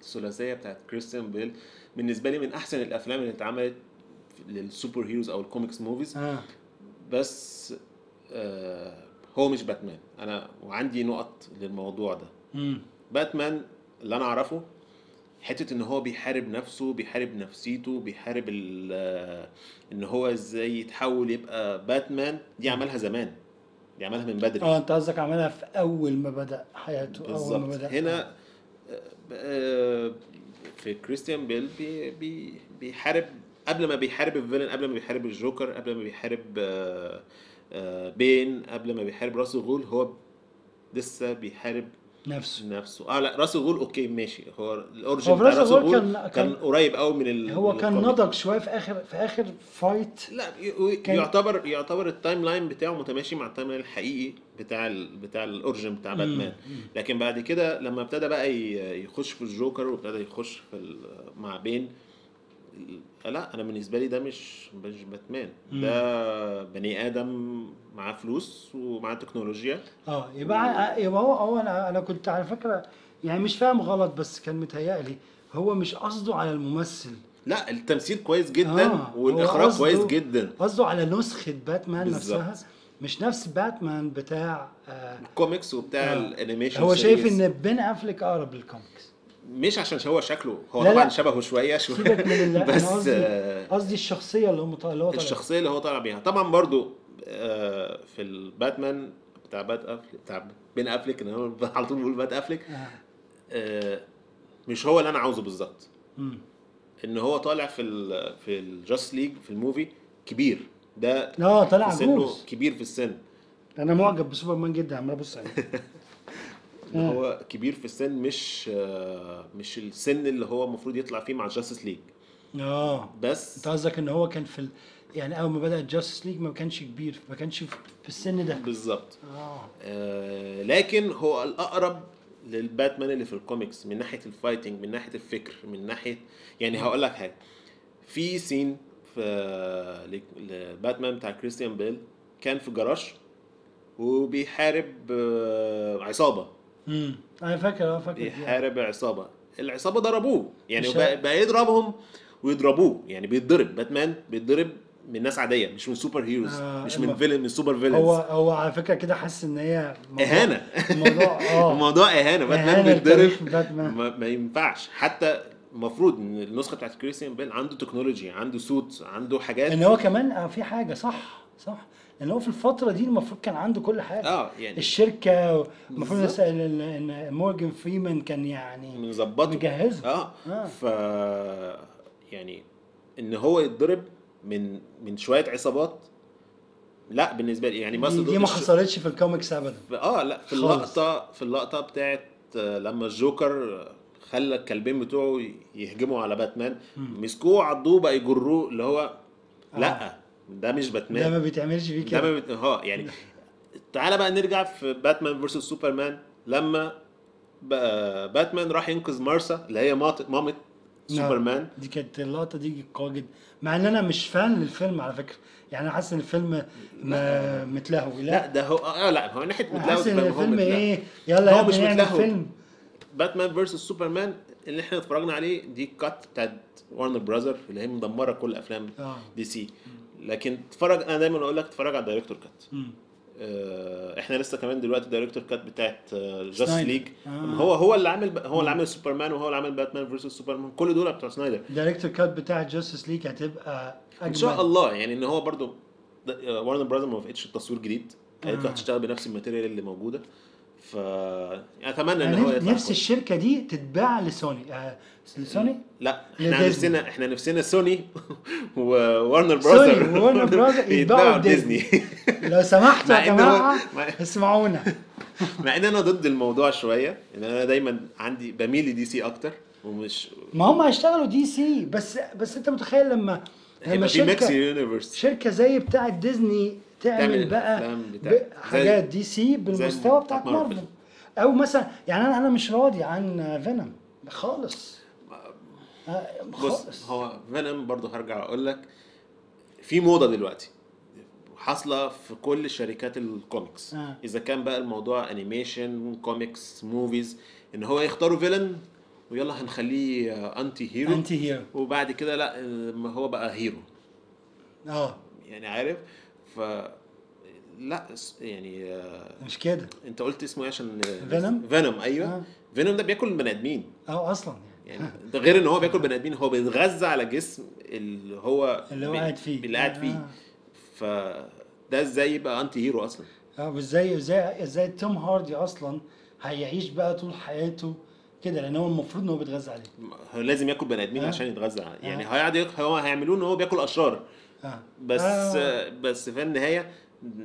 Speaker 4: الثلاثيه بتاعت كريستيان بيل بالنسبه لي من احسن الافلام اللي اتعملت للسوبر هيروز او الكوميكس موفيز
Speaker 3: اه
Speaker 4: بس آه هو مش باتمان انا وعندي نقط للموضوع ده
Speaker 3: امم
Speaker 4: باتمان اللي انا اعرفه حته ان هو بيحارب نفسه بيحارب نفسيته بيحارب ال- آه، ان هو ازاي يتحول يبقى باتمان دي عملها زمان دي عملها من بدري
Speaker 3: اه انت قصدك عملها في اول ما بدا حياته اول ما
Speaker 4: بالظبط
Speaker 3: بدا
Speaker 4: هنا آه، في كريستيان بيل بي بي بيحارب قبل ما بيحارب الفيلن قبل ما بيحارب الجوكر قبل ما بيحارب آه، آه، بين قبل ما بيحارب راس الغول هو لسه بيحارب
Speaker 3: نفسه
Speaker 4: نفسه اه لا راس الغول اوكي ماشي هو الاورجن
Speaker 3: هو في
Speaker 4: بتاع
Speaker 3: راس
Speaker 4: راس
Speaker 3: الغول
Speaker 4: الغول
Speaker 3: كان- كان-
Speaker 4: كان, كان قريب قوي من ال
Speaker 3: هو
Speaker 4: من
Speaker 3: كان
Speaker 4: الكوميك.
Speaker 3: نضج شويه في اخر في اخر فايت
Speaker 4: لا ي- ي-
Speaker 3: كان-
Speaker 4: يعتبر يعتبر التايم لاين بتاعه متماشي مع التايم لاين الحقيقي بتاع ال... بتاع الاوريجن بتاع باتمان لكن بعد كده لما ابتدى بقى ي- يخش في الجوكر وابتدى يخش في ال... مع بين ال- لا انا بالنسبه لي ده مش مش باتمان ده بني ادم معاه فلوس ومعاه تكنولوجيا
Speaker 3: اه يبقى يبقى هو هو انا انا كنت على فكره يعني مش فاهم غلط بس كان متهيألي هو مش قصده على الممثل
Speaker 4: لا التمثيل كويس جدا
Speaker 3: آه، هو
Speaker 4: والاخراج
Speaker 3: قصده-
Speaker 4: كويس جدا
Speaker 3: قصده على نسخه باتمان
Speaker 4: بالظبط.
Speaker 3: نفسها مش نفس باتمان بتاع آه
Speaker 4: الكوميكس وبتاع
Speaker 3: آه.
Speaker 4: الانيميشن
Speaker 3: هو شايف
Speaker 4: سيريز.
Speaker 3: ان بين افليك اقرب للكوميكس
Speaker 4: مش عشان هو شكله هو
Speaker 3: لا، لا.
Speaker 4: طبعا شبهه شويه شويه
Speaker 3: سيبك من اللي أنا
Speaker 4: بس
Speaker 3: قصدي
Speaker 4: آه،
Speaker 3: قصدي الشخصيه اللي هو مط- اللي هو طالع
Speaker 4: الشخصيه اللي هو طالع بيها طبعا برضو آه، في الباتمان بتاع بات افلك بتاع بين افلك ان هو على طول بقول بات افلك آه، مش هو اللي انا عاوزه بالظبط ان هو طالع في ال في الجاست ليج في الموفي كبير ده
Speaker 3: اه طلع
Speaker 4: في سنه
Speaker 3: عجوز
Speaker 4: كبير في السن
Speaker 3: انا معجب بسوبرمان جدا عمال ابص عليه
Speaker 4: إن هو كبير في السن مش آه، مش السن اللي هو المفروض يطلع فيه مع جاستس ليج
Speaker 3: اه انت
Speaker 4: بس
Speaker 3: قصدك ان هو كان في ال... يعني اول ما بدا جاستس ليج ما كانش كبير ما كانش في في السن ده
Speaker 4: بالظبط
Speaker 3: اه
Speaker 4: آه، لكن هو الاقرب للباتمان اللي في الكوميكس من ناحيه الفايتنج من ناحيه الفكر من ناحيه يعني هقول لك حاجه في سين في ل- لباتمان بتاع كريستيان بيل كان في جراج وبيحارب آه، عصابه
Speaker 3: امم انا فاكر اه فاكر
Speaker 4: إيه،
Speaker 3: دي.
Speaker 4: بيحارب عصابه العصابه ضربوه يعني
Speaker 3: مش
Speaker 4: بقى
Speaker 3: عارف.
Speaker 4: بقى يضربهم ويضربوه يعني بيتضرب باتمان بيتضرب من ناس عاديه مش من سوبر هيروز
Speaker 3: آه،
Speaker 4: مش من
Speaker 3: الم-
Speaker 4: فيلن من سوبر
Speaker 3: هو
Speaker 4: فيلنز
Speaker 3: هو على فكره كده حاسس ان هي موضوع-
Speaker 4: اهانه
Speaker 3: الموضوع اه
Speaker 4: الموضوع اهانه باتمان
Speaker 3: إهانة لتاريخ
Speaker 4: بيتضرب
Speaker 3: باتمان.
Speaker 4: ما, ما ينفعش حتى المفروض ان النسخه بتاعت كريستيان بيل عنده تكنولوجي عنده سوت عنده حاجات
Speaker 3: ان هو كمان آه في حاجه صح صح ان هو في الفتره دي المفروض كان عنده كل حاجه
Speaker 4: اه يعني
Speaker 3: الشركه المفروض
Speaker 4: بالظبط.
Speaker 3: ان- ان إن مورجان فريمان كان يعني
Speaker 4: مظبطه
Speaker 3: مجهزه
Speaker 4: اه
Speaker 3: آه.
Speaker 4: ف يعني ان هو يتضرب من من شويه عصابات لا بالنسبه لي يعني
Speaker 3: دي,
Speaker 4: مثلا
Speaker 3: دي ما حصلتش في الكوميكس ابدا
Speaker 4: اه لا في
Speaker 3: خالص.
Speaker 4: اللقطه في اللقطه بتاعت آه، لما الجوكر آه، خلى الكلبين بتوعه يهجموا على باتمان مسكوه عضوه بقى يجروه اللي هو لا ده مش باتمان
Speaker 3: آه. ده ما بيتعملش فيه
Speaker 4: ده
Speaker 3: كده
Speaker 4: ما بت... اه يعني تعالى بقى نرجع في باتمان فيرسس سوبرمان لما بقى باتمان راح ينقذ مارسا اللي هي مامت مامت
Speaker 3: نعم.
Speaker 4: سوبرمان
Speaker 3: دي كانت اللقطه دي قويه جدا مع ان انا مش فان للفيلم على فكره يعني انا حاسس ان الفيلم ما متلهوي
Speaker 4: لا
Speaker 3: لا
Speaker 4: ده هو اه لا هو ناحيه
Speaker 3: أنا
Speaker 4: متلاوي
Speaker 3: حاسس ان
Speaker 4: فاهم؟ هو
Speaker 3: الفيلم
Speaker 4: متلاوي.
Speaker 3: ايه يلا يا
Speaker 4: هو مش
Speaker 3: ابني نعمل
Speaker 4: متلهوي.
Speaker 3: فيلم
Speaker 4: باتمان فيرسس سوبرمان اللي احنا اتفرجنا عليه دي كات بتاعت وارنر براذر اللي هي مدمره كل افلام
Speaker 3: آه.
Speaker 4: دي سي لكن اتفرج انا دايما اقول لك اتفرج على الدايركتور كات
Speaker 3: مم.
Speaker 4: آه، احنا لسه كمان دلوقتي الدايركتور كات بتاعت جاست
Speaker 3: سنايدر.
Speaker 4: ليج
Speaker 3: آه.
Speaker 4: هو هو اللي عامل هو اللي عامل سوبرمان وهو اللي عامل باتمان فيرسس سوبرمان كل دول بتوع سنايدر
Speaker 3: الدايركتور كات بتاع جاستس ليج هتبقى اجمل
Speaker 4: ان شاء الله يعني ان هو برضو وارن براذر ما وافقتش التصوير جديد قالت
Speaker 3: آه.
Speaker 4: له هتشتغل بنفس الماتيريال اللي موجوده ف اتمنى ان هو
Speaker 3: يعني
Speaker 4: يطلع
Speaker 3: نفس
Speaker 4: كويس.
Speaker 3: الشركه دي تتباع لسوني آه لسوني
Speaker 4: لا احنا
Speaker 3: لديزني.
Speaker 4: نفسنا احنا نفسنا سوني وورنر براذر
Speaker 3: سوني وورنر براذر يتباعوا ديزني لو سمحتوا
Speaker 4: مع
Speaker 3: يا
Speaker 4: إن هو-
Speaker 3: جماعه
Speaker 4: مع-
Speaker 3: اسمعونا
Speaker 4: مع ان انا ضد الموضوع شويه ان انا دايما عندي بميل لدي سي اكتر ومش
Speaker 3: ما هم هيشتغلوا دي سي بس بس انت متخيل لما لما
Speaker 4: هيبقى في ميكس
Speaker 3: شركه
Speaker 4: يونيفرس
Speaker 3: شركه زي بتاعه ديزني تعمل
Speaker 4: تعمل
Speaker 3: بقى
Speaker 4: الأفلام بتاع-
Speaker 3: ب-
Speaker 4: زي-
Speaker 3: حاجات دي سي بالمستوى
Speaker 4: بتاعت
Speaker 3: بتاعت مارفل
Speaker 4: مارفل.
Speaker 3: او مثلا يعني انا انا مش راضي عن فينوم خالص آه،
Speaker 4: بص
Speaker 3: خالص
Speaker 4: هو فينوم برضه هرجع اقول لك في موضه دلوقتي حاصله في كل شركات الكوميكس
Speaker 3: آه.
Speaker 4: اذا كان بقى الموضوع انيميشن كوميكس موفيز ان هو يختاروا فيلن ويلا هنخليه انتي هيرو
Speaker 3: انتي هيرو
Speaker 4: وبعد كده لا ما هو بقى هيرو
Speaker 3: اه
Speaker 4: يعني عارف ف لا س- يعني آه،
Speaker 3: مش كده
Speaker 4: انت قلت اسمه ايه عشان
Speaker 3: Venom؟
Speaker 4: فينوم ايوه
Speaker 3: آه.
Speaker 4: فينوم ده بياكل بني ادمين
Speaker 3: اه اصلا
Speaker 4: يعني ده غير ان هو بياكل بني ادمين هو بيتغذى على جسم اللي هو
Speaker 3: اللي هو
Speaker 4: بي-
Speaker 3: قاعد فيه.
Speaker 4: اللي قاعد فيه
Speaker 3: آه.
Speaker 4: ف ده ازاي يبقى انتي هيرو اصلا
Speaker 3: اه وازاي ازاي ازاي توم هاردي اصلا هيعيش بقى طول حياته كده لان هو المفروض ان هو بيتغذى عليه
Speaker 4: هو لازم ياكل بني ادمين
Speaker 3: آه.
Speaker 4: عشان يتغذى يعني هيقعد ياك- هو هيعملوه ان هو بياكل اشرار
Speaker 3: اه
Speaker 4: بس
Speaker 3: آه.
Speaker 4: آه. بس في النهايه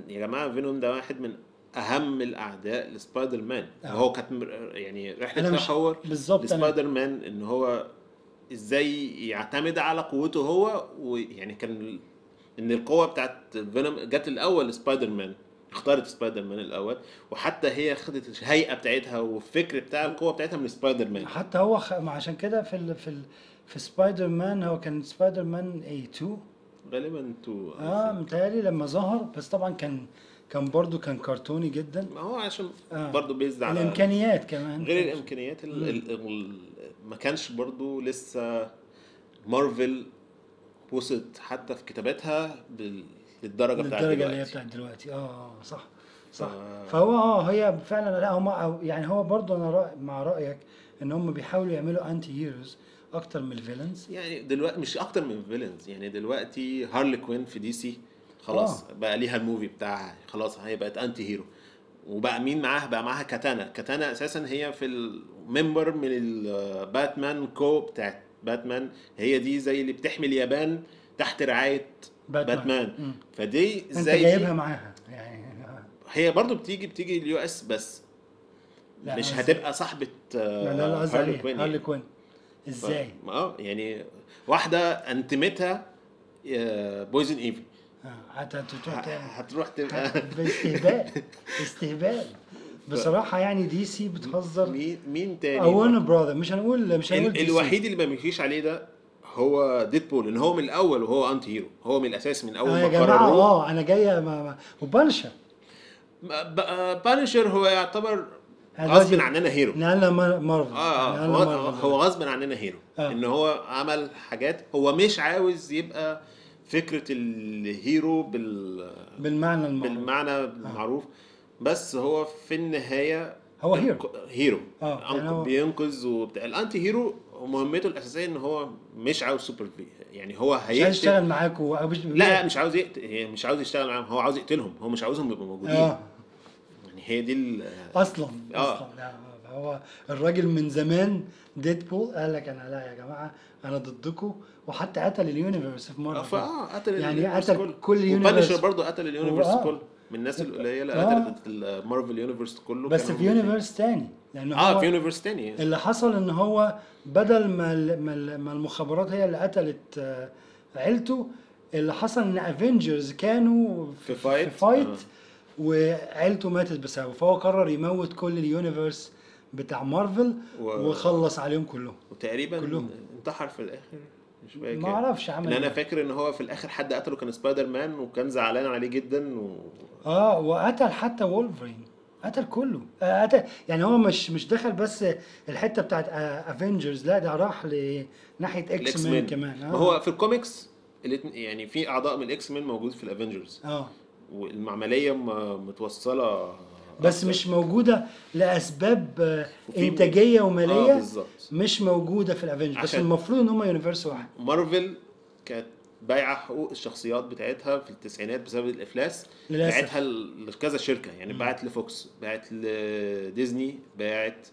Speaker 4: يا جماعه فينوم ده واحد من اهم الاعداء لسبايدر مان
Speaker 3: آه.
Speaker 4: هو كانت مر- يعني
Speaker 3: أنا
Speaker 4: رحله
Speaker 3: مش-
Speaker 4: تحول
Speaker 3: بالظبط أنا-
Speaker 4: لسبايدر مان ان هو ازاي يعتمد على قوته هو ويعني كان ال- ان القوه بتاعت فينوم جت الاول لسبايدر مان اختارت سبايدر مان الاول وحتى هي خدت الهيئه بتاعتها والفكر بتاع القوه بتاعتها من سبايدر مان
Speaker 3: حتى هو خ... ما عشان كده في ال... في ال... في سبايدر مان هو كان سبايدر مان اي 2
Speaker 4: غالبا تو
Speaker 3: اه متهيألي لما ظهر بس طبعا كان كان برضو كان كرتوني جدا
Speaker 4: ما هو عشان
Speaker 3: آه.
Speaker 4: برضه بيزد على
Speaker 3: الامكانيات كمان
Speaker 4: غير الامكانيات ال ال ال ما كانش برضو لسه مارفل وصلت حتى في كتاباتها بال- للدرجه بتاعت
Speaker 3: للدرجه اللي هي
Speaker 4: دلوقتي
Speaker 3: بتاعت دلوقتي اه آه، صح صح فهو اه هي فعلا لا هم أو- يعني هو برضو انا رأي مع رايك ان هم بيحاولوا يعملوا انتي هيروز اكتر من الفيلنز
Speaker 4: يعني دلوقتي مش اكتر من فيلنز يعني دلوقتي
Speaker 3: آه.
Speaker 4: هارلي كوين في دي سي خلاص بقى ليها الموفي بتاعها خلاص هي بقت انتي هيرو وبقى مين معاها بقى معاها كاتانا كاتانا اساسا هي في الممبر من الباتمان كو بتاعت باتمان هي دي زي اللي بتحمي اليابان تحت رعايه
Speaker 3: باتمان.
Speaker 4: باتمان,
Speaker 3: مم.
Speaker 4: باتمان. فدي
Speaker 3: انت
Speaker 4: زي
Speaker 3: جايبها معاها يعني آه.
Speaker 4: هي برضو بتيجي بتيجي اليو اس بس
Speaker 3: لا،
Speaker 4: مش
Speaker 3: أنا-
Speaker 4: هتبقى صاحبه آه،
Speaker 3: لا لا لا قصدي
Speaker 4: هارلي
Speaker 3: عليها،
Speaker 4: كوين
Speaker 3: هارلي
Speaker 4: يعني.
Speaker 3: كوين ازاي؟
Speaker 4: ف- اه يعني واحده انتمتها بويزن ايفي
Speaker 3: آه، هت- هتروح تعمل
Speaker 4: هتروح تبقى
Speaker 3: باستهبال استهبال بصراحه يعني دي سي بتهزر
Speaker 4: مين مين تاني
Speaker 3: او انا براذر مش هنقول مش هنقول
Speaker 4: ال-
Speaker 3: دي سي.
Speaker 4: الوحيد اللي ما بيمشيش عليه ده هو ديدبول ان هو من الاول وهو انتي هيرو هو من الاساس من اول
Speaker 3: اه يا
Speaker 4: ما
Speaker 3: جماعه
Speaker 4: قرروا
Speaker 3: اه انا جايه ما ما وبانشا
Speaker 4: بانشر آه، هو يعتبر
Speaker 3: أنا
Speaker 4: غصب
Speaker 3: دلوقتي-
Speaker 4: عننا هيرو
Speaker 3: نقلنا مار- مارفل
Speaker 4: اه اه
Speaker 3: نقلنا
Speaker 4: هو,
Speaker 3: مارفل.
Speaker 4: هو غصب عننا هيرو
Speaker 3: آه.
Speaker 4: ان هو عمل حاجات هو مش عاوز يبقى فكره الهيرو بال
Speaker 3: بالمعنى المعروف
Speaker 4: بالمعنى المعروف بس هو في النهايه
Speaker 3: آه. هو هيرو.
Speaker 4: هيرو
Speaker 3: آه،
Speaker 4: أنق-
Speaker 3: يعني هو-
Speaker 4: بينقذ وبتاع الانتي هيرو مهمته الاساسيه ان هو مش عاوز سوبر بي يعني هو
Speaker 3: مش عايز
Speaker 4: هيقتل
Speaker 3: اشتغل معاك و... أو مش... آه.
Speaker 4: لا مش عاوز يقتل هي مش عاوز يشتغل معاهم هو عاوز يقتلهم هو مش عاوزهم يبقوا موجودين
Speaker 3: اه
Speaker 4: يعني هي دي ال-
Speaker 3: اصلا
Speaker 4: آه.
Speaker 3: اصلا لا، يعني هو الراجل من زمان ديدبول قال لك انا لا يا جماعه انا ضدكم وحتى قتل اليونيفرس في مره
Speaker 4: اه فاه قتل
Speaker 3: آه. يعني
Speaker 4: اليونيفرس
Speaker 3: قتل
Speaker 4: كله.
Speaker 3: كل اليونيفرس.
Speaker 4: وبانشر برضه قتل اليونيفرس
Speaker 3: وآه.
Speaker 4: كله من الناس القليله
Speaker 3: آه.
Speaker 4: قتلت المارفل يونيفرس كله
Speaker 3: بس
Speaker 4: كانوا
Speaker 3: في
Speaker 4: موجودين.
Speaker 3: يونيفرس تاني لان
Speaker 4: اه
Speaker 3: هو
Speaker 4: في يونيفرس تاني
Speaker 3: اللي حصل ان هو بدل ما ال- ما ال- ما المخابرات هي اللي قتلت آه، عيلته اللي حصل ان افنجرز كانوا
Speaker 4: في فايت.
Speaker 3: في فايت
Speaker 4: آه.
Speaker 3: وعيلته ماتت بسببه فهو قرر يموت كل اليونيفرس بتاع مارفل
Speaker 4: و-
Speaker 3: وخلص عليهم كلهم
Speaker 4: وتقريبا
Speaker 3: كلهم.
Speaker 4: انتحر في الاخر مش فاكر
Speaker 3: ما اعرفش عمل
Speaker 4: ان انا
Speaker 3: إيه.
Speaker 4: فاكر ان هو في الاخر حد قتله كان سبايدر مان وكان زعلان عليه جدا و...
Speaker 3: اه وقتل حتى وولفرين قتل كله آه، قتل يعني هو مش مش دخل بس الحته بتاعت افنجرز لا ده راح لناحيه اكس مان
Speaker 4: مان.
Speaker 3: كمان آه.
Speaker 4: ما هو في الكوميكس الاتن- يعني في اعضاء من الاكس مان موجود في الافنجرز
Speaker 3: اه
Speaker 4: والعمليه م- متوصله
Speaker 3: بس
Speaker 4: أكتر.
Speaker 3: مش موجوده لاسباب آه،
Speaker 4: وفي-
Speaker 3: انتاجيه
Speaker 4: آه،
Speaker 3: وماليه
Speaker 4: بالظبط.
Speaker 3: مش موجوده في الافنجرز بس
Speaker 4: عشان-
Speaker 3: المفروض ان هم يونيفرس واحد
Speaker 4: مارفل كانت بايعه حقوق الشخصيات بتاعتها في التسعينات بسبب الافلاس
Speaker 3: للأسف.
Speaker 4: باعتها ل- لكذا شركه يعني باعت لفوكس باعت لديزني باعت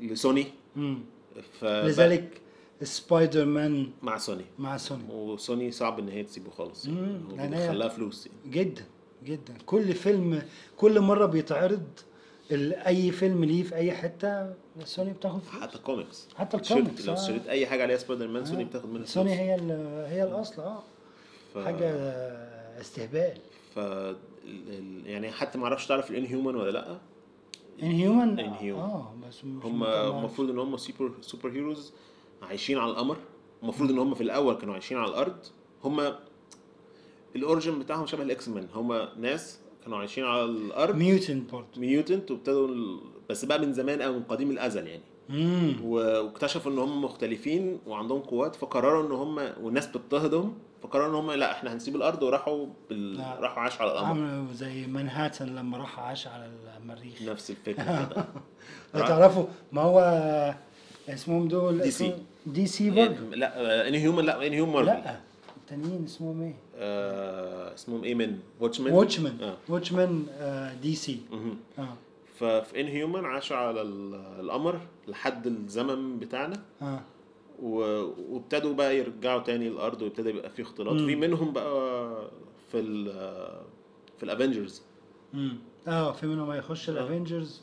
Speaker 4: لسوني
Speaker 3: مم.
Speaker 4: ف
Speaker 3: لذلك سبايدر مان
Speaker 4: مع سوني
Speaker 3: مع سوني
Speaker 4: وسوني صعب ان هي تسيبه خالص
Speaker 3: مم،
Speaker 4: هو
Speaker 3: يعني هي-
Speaker 4: بيدخلها فلوس يعني
Speaker 3: جدا جدا كل فيلم كل مره بيتعرض ال- اي فيلم ليه في اي حته سوني بتاخد فلوس.
Speaker 4: حتى الكوميكس
Speaker 3: حتى
Speaker 4: التيشيرت
Speaker 3: الكوميكس،
Speaker 4: لو
Speaker 3: آه.
Speaker 4: اشتريت اي حاجه عليها سبايدر مان سوني بتاخد منها
Speaker 3: سوني
Speaker 4: فلوس.
Speaker 3: هي ال- هي الاصل اه
Speaker 4: ف...
Speaker 3: حاجه استهبال
Speaker 4: ف ال- يعني حتى ما اعرفش تعرف الان هيومن ولا لا
Speaker 3: ان هيومن
Speaker 4: Inhuman.
Speaker 3: اه بس مش
Speaker 4: هم
Speaker 3: متابع.
Speaker 4: المفروض ان هم سوبر سوبر هيروز عايشين على القمر المفروض ان هم في الاول كانوا عايشين على الارض هم الاوريجن بتاعهم شبه الاكس مان هم ناس كانوا عايشين على الارض
Speaker 3: ميوتنت برضه
Speaker 4: ميوتنت وابتدوا ال- بس بقى من زمان او من قديم الازل يعني
Speaker 3: امم
Speaker 4: و- واكتشفوا ان هم مختلفين وعندهم قوات فقرروا ان هم والناس بتضطهدهم فقرروا ان هم لا احنا هنسيب الارض وراحوا بال...
Speaker 3: لا.
Speaker 4: راحوا عاشوا على القمر
Speaker 3: عملوا زي منهاتن لما راح عاش على المريخ
Speaker 4: نفس الفكره كده
Speaker 3: لو تعرفوا ما هو اسمهم دول
Speaker 4: دي سي.
Speaker 3: اسمهم- دي سي برضه
Speaker 4: يعني لا ان هيومن لا ان هيومن
Speaker 3: لا التانيين اسمهم ايه؟
Speaker 4: آه اسمهم ايه من واتشمان
Speaker 3: واتشمان
Speaker 4: اه
Speaker 3: واتشمان دي سي
Speaker 4: مهم.
Speaker 3: اه
Speaker 4: ففي ان هيومن عاشوا على ال- القمر لحد الزمن بتاعنا
Speaker 3: اه
Speaker 4: و- وابتدوا بقى يرجعوا تاني الارض وابتدى يبقى في اختلاط في منهم بقى في ال في الافنجرز
Speaker 3: امم اه في منهم هيخش
Speaker 4: آه.
Speaker 3: الافنجرز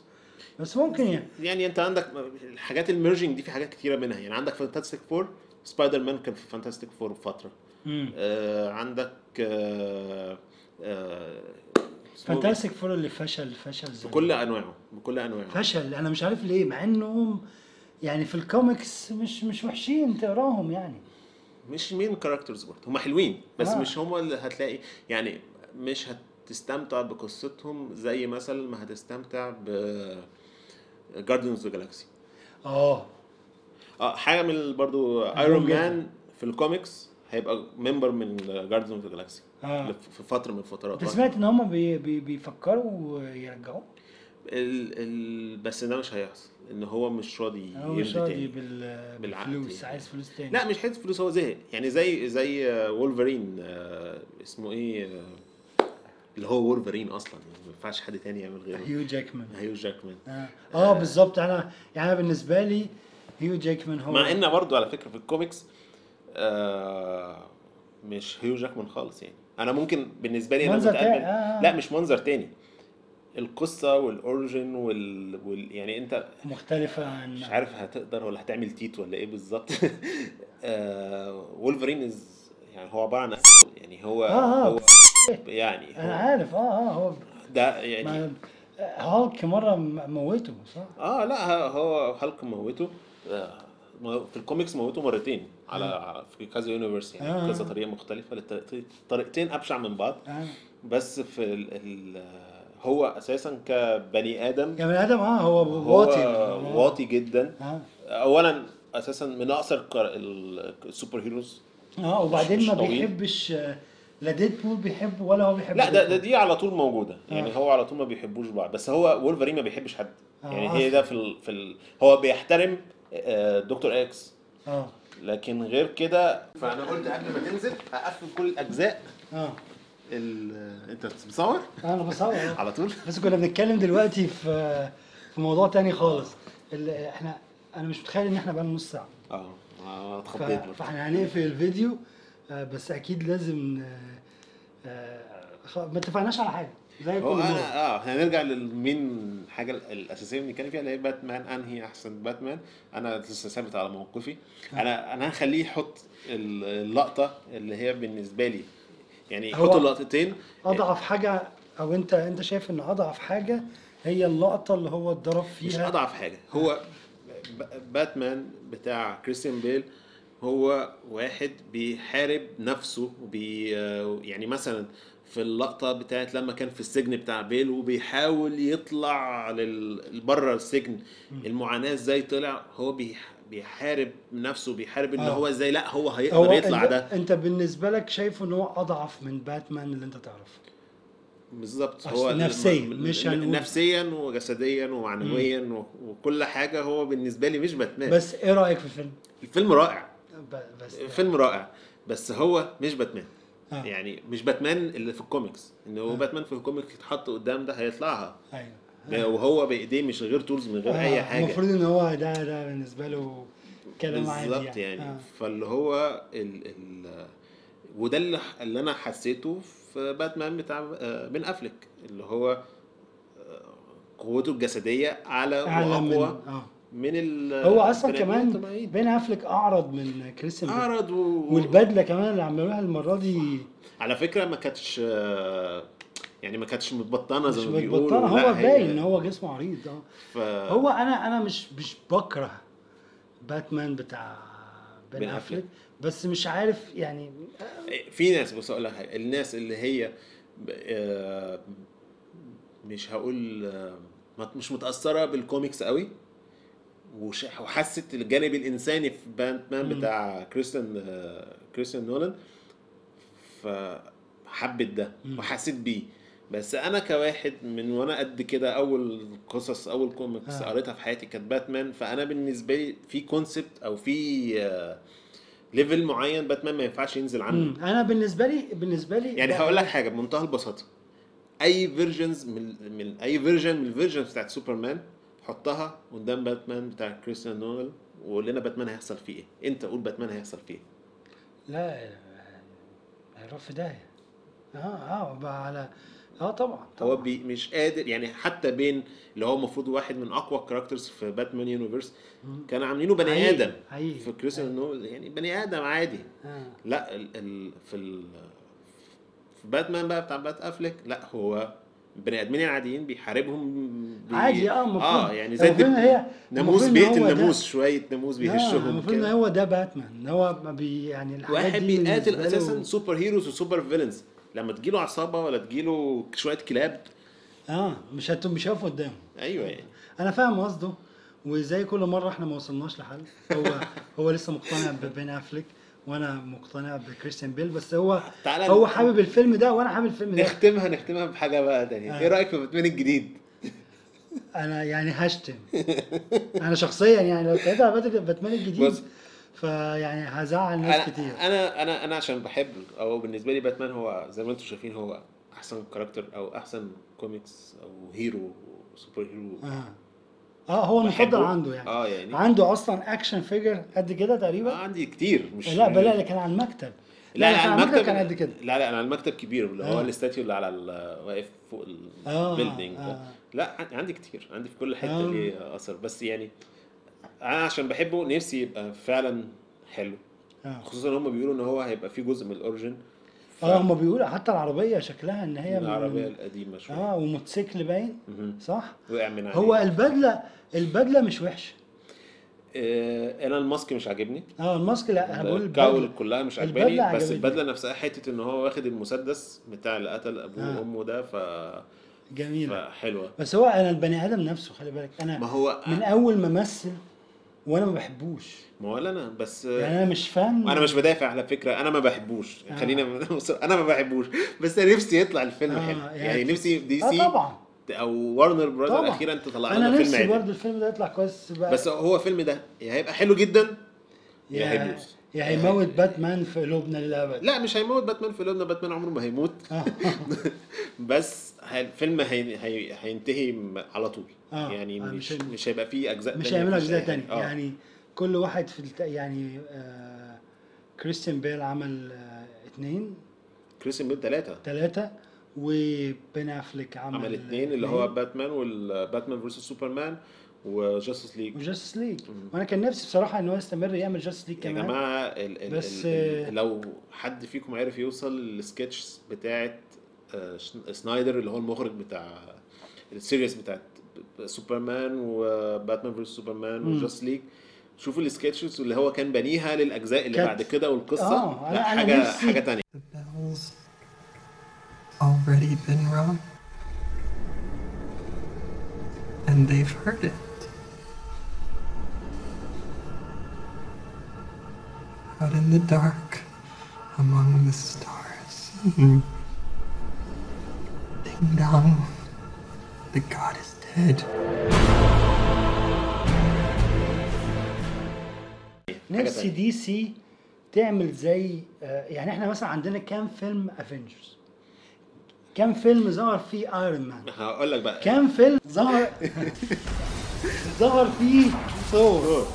Speaker 3: بس ممكن يعني
Speaker 4: يعني انت عندك الحاجات الميرجنج دي في حاجات كتيره منها يعني عندك فانتاستيك فور سبايدر مان كان في فانتاستيك فور فتره
Speaker 3: امم
Speaker 4: آه عندك آه آه اسمه إيه؟
Speaker 3: فانتاستيك فور اللي فشل فشل زي
Speaker 4: بكل انواعه بكل انواعه
Speaker 3: فشل انا مش عارف ليه مع انهم يعني في الكوميكس مش مش وحشين تقراهم يعني
Speaker 4: مش مين كاركترز برضه هم حلوين بس
Speaker 3: آه.
Speaker 4: آه. مش هم اللي هتلاقي يعني مش هتستمتع بقصتهم زي مثلا ما هتستمتع ب جاردنز اوف جالاكسي
Speaker 3: اه
Speaker 4: اه حاجه من برضو ايرون مان في الكوميكس هيبقى ممبر من جاردنز اوف جالاكسي
Speaker 3: آه.
Speaker 4: في فتره من الفترات
Speaker 3: انت سمعت ان هم بي بي بيفكروا يرجعوه
Speaker 4: ال... ال... بس ده مش هيحصل ان هو مش راضي
Speaker 3: هو مش
Speaker 4: يمضي
Speaker 3: راضي
Speaker 4: تاني
Speaker 3: بال
Speaker 4: بالعقد
Speaker 3: بالفلوس
Speaker 4: يعني.
Speaker 3: عايز فلوس تاني
Speaker 4: لا مش حته فلوس هو زهق يعني زي زي وولفرين اسمه ايه إيه، آه، اللي هو وولفرين اصلا ما ينفعش حد تاني يعمل غيره
Speaker 3: هيو جاكمان
Speaker 4: هيو جاكمان
Speaker 3: اه, آه بالظبط انا يعني أنا بالنسبه لي هيو جاكمان هو
Speaker 4: مع ان برضو على فكره في الكوميكس آه مش هيو جاكمان خالص يعني انا ممكن بالنسبه لي انا
Speaker 3: منظر
Speaker 4: متقبل
Speaker 3: تاني، آه.
Speaker 4: لا مش منظر تاني القصه والاوريجن وال... وال يعني انت
Speaker 3: مختلفه عن
Speaker 4: مش عارف هتقدر ولا هتعمل تيت ولا ايه بالظبط آه وولفرين از يعني هو عباره عن asshole. يعني هو
Speaker 3: آه، آه.
Speaker 4: هو يعني
Speaker 3: انا
Speaker 4: هو
Speaker 3: عارف اه اه هو
Speaker 4: ده يعني
Speaker 3: ما هالك مره م- موته صح
Speaker 4: اه لا هو هالك موته آه، مو- في الكوميكس موته مرتين على على- في كذا يونيفرس
Speaker 3: آه.
Speaker 4: يعني كذا طريقه مختلفه للطريقتين- طريقتين ابشع من بعض
Speaker 3: آه.
Speaker 4: بس في ال... ال... هو اساسا كبني ادم
Speaker 3: يا بني ادم اه هو
Speaker 4: هو
Speaker 3: واطي
Speaker 4: واطي جدا
Speaker 3: آه.
Speaker 4: اولا اساسا من اقصر الكر- ال- السوبر هيروز
Speaker 3: اه وبعدين
Speaker 4: مش
Speaker 3: ما
Speaker 4: طويل.
Speaker 3: بيحبش آه، لا ديدبول بيحبه ولا هو بيحب
Speaker 4: لا ده, ده
Speaker 3: ديدبول.
Speaker 4: دي على طول موجوده يعني
Speaker 3: آه.
Speaker 4: هو على طول ما بيحبوش بعض بس هو وولفرين ما بيحبش حد يعني
Speaker 3: آه،
Speaker 4: هي ده في ال... في ال... هو بيحترم آه، دكتور اكس
Speaker 3: اه
Speaker 4: لكن غير كده فانا قلت قبل ما تنزل اقفل كل الاجزاء
Speaker 3: اه
Speaker 4: ال- انت بتصور
Speaker 3: انا بصور
Speaker 4: على طول
Speaker 3: آه. بس كنا بنتكلم دلوقتي في آه، في موضوع تاني خالص ال- احنا انا مش متخيل ان احنا بقالنا نص ساعه
Speaker 4: اه انا
Speaker 3: ف-
Speaker 4: اتخضيت برضه.
Speaker 3: فاحنا هنقفل الفيديو آه، بس اكيد لازم آه، آه، خ- ما اتفقناش على حاجه زي كل
Speaker 4: هو
Speaker 3: مره
Speaker 4: انا اه هنرجع للمين الحاجه الاساسيه اللي بنتكلم فيها اللي هي باتمان انهي احسن باتمان انا لسه ثابت على موقفي انا انا هخليه يحط ال- اللقطه اللي هي بالنسبه لي يعني
Speaker 3: هو آه،
Speaker 4: يحط اللقطتين
Speaker 3: اضعف حاجه او انت انت شايف ان اضعف حاجه هي اللقطه اللي هو اتضرب
Speaker 4: مش
Speaker 3: فيها
Speaker 4: اضعف حاجه هو ب- باتمان بتاع كريستيان بيل هو واحد بيحارب نفسه وبي يعني مثلا في اللقطة بتاعت لما كان في السجن بتاع بيل وبيحاول يطلع لل- بره السجن المعاناة ازاي طلع هو بيح- بيحارب نفسه بيحارب ان
Speaker 3: آه.
Speaker 4: هو ازاي لا هو
Speaker 3: هو
Speaker 4: هيقدر يطلع
Speaker 3: انت,
Speaker 4: ده
Speaker 3: انت بالنسبه لك شايفه ان هو اضعف من باتمان اللي انت تعرفه
Speaker 4: بالظبط
Speaker 3: أصل
Speaker 4: هو
Speaker 3: نفسياً،
Speaker 4: الم-
Speaker 3: مش
Speaker 4: الم-
Speaker 3: هنقول-
Speaker 4: نفسيا وجسديا ومعنويا و- وكل حاجة هو بالنسبة لي مش باتمان
Speaker 3: بس ايه رايك في الفيلم
Speaker 4: الفيلم رائع
Speaker 3: ب- بس
Speaker 4: إيه، فيلم رائع بس هو مش باتمان
Speaker 3: آه.
Speaker 4: يعني مش باتمان اللي في الكوميكس انه هو باتمان في الكوميكس يتحط قدام ده هيطلعها
Speaker 3: ايوه
Speaker 4: وهو بايديه مش غير تولز من غير اي
Speaker 3: آه،
Speaker 4: حاجه
Speaker 3: المفروض ان هو ده ده بالنسبه له كلام عادي
Speaker 4: بالظبط يعني
Speaker 3: آه.
Speaker 4: فاللي هو ال ال وده اللي, اللي انا حسيته في باتمان بتاع آه، بن افلك اللي هو آه، قوته الجسديه اعلى
Speaker 3: اعلى من
Speaker 4: واقوى
Speaker 3: اه
Speaker 4: من ال
Speaker 3: هو اصلا
Speaker 4: البني آدمين
Speaker 3: كمان
Speaker 4: الطبيعيين.
Speaker 3: بين افلك اعرض من كريستيان بيل.
Speaker 4: اعرض و...
Speaker 3: والبدله كمان اللي عملوها المره دي
Speaker 4: على فكره ما كانتش آه، يعني ما كانتش متبطنه
Speaker 3: مش
Speaker 4: زي ما بيقولوا
Speaker 3: متبطله
Speaker 4: لا،
Speaker 3: هو
Speaker 4: هي-
Speaker 3: باين ان هو جسمه عريض اه
Speaker 4: ف...
Speaker 3: هو انا انا مش مش بكره باتمان بتاع بن
Speaker 4: بن
Speaker 3: افلك
Speaker 4: أفليك.
Speaker 3: بس مش عارف يعني
Speaker 4: في ناس بص اقول لك حاجه الناس اللي هي آه، مش هقول آه، مت- مش متاثره بالكوميكس قوي وش- وحست الجانب الانساني في باتمان بتاع كريستن آه، كريستن نولان فحبت ده وحسيت بيه بس انا كواحد من وانا قد كده اول قصص اول كوميكس
Speaker 3: آه.
Speaker 4: قريتها في حياتي كانت باتمان فانا بالنسبه لي في كونسبت او في آه، ليفل معين باتمان ما ينفعش ينزل عنه
Speaker 3: مم. انا بالنسبه لي بالنسبه لي
Speaker 4: يعني
Speaker 3: ده-
Speaker 4: هقول لك حاجه بمنتهى البساطه اي فيرجنز من, من اي فيرجن من الفيرجنز بتاعت سوبرمان حطها قدام باتمان بتاع كريستيان نولان وقول لنا باتمان هيحصل فيه ايه انت قول باتمان هيحصل فيه ايه
Speaker 3: لا هيروح في داهيه اه اه بقى على اه طبعا
Speaker 4: هو
Speaker 3: طبعا
Speaker 4: بي مش قادر يعني حتى بين اللي هو المفروض واحد من اقوى الكاركترز في باتمان يونيفرس كانوا عاملينه بني
Speaker 3: حقيقي،
Speaker 4: ادم
Speaker 3: حقيقي،
Speaker 4: في كريستيان نولان يعني بني ادم عادي
Speaker 3: آه.
Speaker 4: لا ال ال في ال في باتمان بقى بتاع بات افلك لا هو بني ادمين العاديين بيحاربهم بي...
Speaker 3: عادي، آه، المفروض.
Speaker 4: اه يعني زي
Speaker 3: المفروض
Speaker 4: الدب-
Speaker 3: إن هي- المفروض
Speaker 4: ناموس
Speaker 3: إن
Speaker 4: بيت
Speaker 3: هو ده-
Speaker 4: الناموس شويه ناموس
Speaker 3: آه،
Speaker 4: بيهشهم
Speaker 3: المفروض ان
Speaker 4: كده
Speaker 3: هو ده باتمان ان هو ما بي يعني الحاجات
Speaker 4: واحد
Speaker 3: دي
Speaker 4: بيقاتل
Speaker 3: بالنسبة له-
Speaker 4: اساسا سوبر هيروز وسوبر فيلنز لما تجيله عصابه ولا تجيله شويه كلاب
Speaker 3: اه مش هتم مش هقف قدامه
Speaker 4: ايوه يعني
Speaker 3: انا فاهم قصده وزي كل مره احنا ما وصلناش لحل هو هو لسه مقتنع ببين افليك وانا مقتنع بكريستيان بيل بس هو
Speaker 4: تعالى
Speaker 3: هو
Speaker 4: ن-
Speaker 3: حابب الفيلم ده وانا حابب الفيلم ده
Speaker 4: نختمها نختمها بحاجه بقى تانية
Speaker 3: آه.
Speaker 4: ايه رايك في باتمان الجديد؟
Speaker 3: انا يعني هشتم انا شخصيا يعني لو ابتديت على بات- باتمان الجديد
Speaker 4: بص.
Speaker 3: فيعني هزعل ناس كتير
Speaker 4: انا انا انا, أنا عشان بحب او بالنسبه لي باتمان هو زي ما انتم شايفين هو احسن كاركتر او احسن كوميكس او هيرو سوبر هيرو
Speaker 3: اه هو المفضل
Speaker 4: بحبه.
Speaker 3: عنده يعني
Speaker 4: آه، يعني.
Speaker 3: عنده اصلا اكشن فيجر قد كده
Speaker 4: آه،
Speaker 3: تقريبا
Speaker 4: عندي كتير مش
Speaker 3: لا بلا اللي كان على المكتب
Speaker 4: لا لا
Speaker 3: كان
Speaker 4: على
Speaker 3: على
Speaker 4: المكتب
Speaker 3: كان قد كده
Speaker 4: لا لا انا على المكتب كبير اللي هو
Speaker 3: آه.
Speaker 4: الاستاتيو اللي على ال- واقف فوق
Speaker 3: آه،
Speaker 4: البيلدينج ده
Speaker 3: آه.
Speaker 4: لا عن- عندي كتير عندي في كل حته
Speaker 3: آه.
Speaker 4: ليه اثر بس يعني انا عشان بحبه نفسي يبقى فعلا حلو
Speaker 3: آه.
Speaker 4: خصوصا هم بيقولوا ان هو هيبقى فيه جزء من الاوريجن
Speaker 3: اه هما بيقولوا حتى العربيه شكلها ان هي من-
Speaker 4: العربيه القديمه شويه
Speaker 3: اه وموتوسيكل باين صح
Speaker 4: وقع من
Speaker 3: هو
Speaker 4: عليه.
Speaker 3: البدله البدله مش وحشه
Speaker 4: آه، انا الماسك مش عاجبني
Speaker 3: اه الماسك لا انا بقول
Speaker 4: الكاول كلها مش
Speaker 3: البدلة
Speaker 4: عجباني بس
Speaker 3: عجبتني.
Speaker 4: البدله نفسها حته ان هو واخد المسدس بتاع اللي قتل ابوه
Speaker 3: آه.
Speaker 4: وامه ده ف
Speaker 3: جميله
Speaker 4: فحلوه
Speaker 3: بس هو انا البني ادم نفسه خلي بالك انا
Speaker 4: ما هو
Speaker 3: من اول ما مثل وانا ما بحبوش
Speaker 4: ما ولا انا بس
Speaker 3: يعني آه. انا مش فان
Speaker 4: انا مش بدافع على فكره انا ما بحبوش خلينا انا ما بحبوش بس أنا نفسي يطلع الفيلم
Speaker 3: آه،
Speaker 4: حلو
Speaker 3: يعني-
Speaker 4: يعني نفسي دي
Speaker 3: آه،
Speaker 4: سي
Speaker 3: طبعا.
Speaker 4: او وارنر براذر
Speaker 3: طبعا
Speaker 4: اخيرا تطلع
Speaker 3: انا
Speaker 4: لنا فيلم
Speaker 3: نفسي
Speaker 4: عادل
Speaker 3: برضه الفيلم ده يطلع كويس بقى
Speaker 4: بس هو فيلم ده يا هيبقى حلو جدا يا
Speaker 3: يا
Speaker 4: هيبوظ
Speaker 3: يا هيموت باتمان في قلوبنا للابد
Speaker 4: لا مش هيموت باتمان في قلوبنا باتمان عمره ما هيموت
Speaker 3: آه.
Speaker 4: بس هي- الفيلم هي... هي... هينتهي م- على طول
Speaker 3: آه،
Speaker 4: يعني
Speaker 3: آه، مش
Speaker 4: مش
Speaker 3: هي-
Speaker 4: مش هيبقى فيه اجزاء
Speaker 3: مش
Speaker 4: تانية،
Speaker 3: هيعملوا
Speaker 4: مفيش
Speaker 3: اجزاء
Speaker 4: أي حاجة.
Speaker 3: تانية
Speaker 4: آه.
Speaker 3: يعني كل واحد في الت... يعني آه كريستيان بيل عمل آه اتنين
Speaker 4: كريستيان بيل ثلاثة
Speaker 3: تلاتة وبين افليك عمل
Speaker 4: عمل اثنين اللي هو باتمان والباتمان فيرسس سوبرمان وجاستس ليج
Speaker 3: وجاستس ليج وانا كان نفسي بصراحه ان هو يستمر يعمل جاستس ليج
Speaker 4: يا
Speaker 3: كمان
Speaker 4: جماعة ال ال
Speaker 3: بس،
Speaker 4: ال
Speaker 3: آه،
Speaker 4: ال لو حد فيكم عرف يوصل للسكتش بتاعة آه، شن- سنايدر اللي هو المخرج بتاع السيريس بتاعت ب- ب- سوبرمان وباتمان فيرس سوبرمان وجاست ليج شوفوا السكتشز اللي هو كان بنيها للاجزاء اللي
Speaker 3: كانت-
Speaker 4: بعد كده والقصه
Speaker 3: آه،
Speaker 4: لا
Speaker 3: أنا- أنا
Speaker 4: حاجه
Speaker 3: نفسي-
Speaker 4: حاجه تانية
Speaker 8: The bell's already been rung. And they've heard it. Out in the dark, among the stars. Ding dong. The god is dead.
Speaker 3: نفسي دي سي تعمل زي آه، يعني احنا مثلا عندنا كام فيلم افنجرز كام فيلم ظهر فيه ايرون مان
Speaker 4: هقول لك بقى
Speaker 3: كام فيلم ظهر ظهر فيه ثور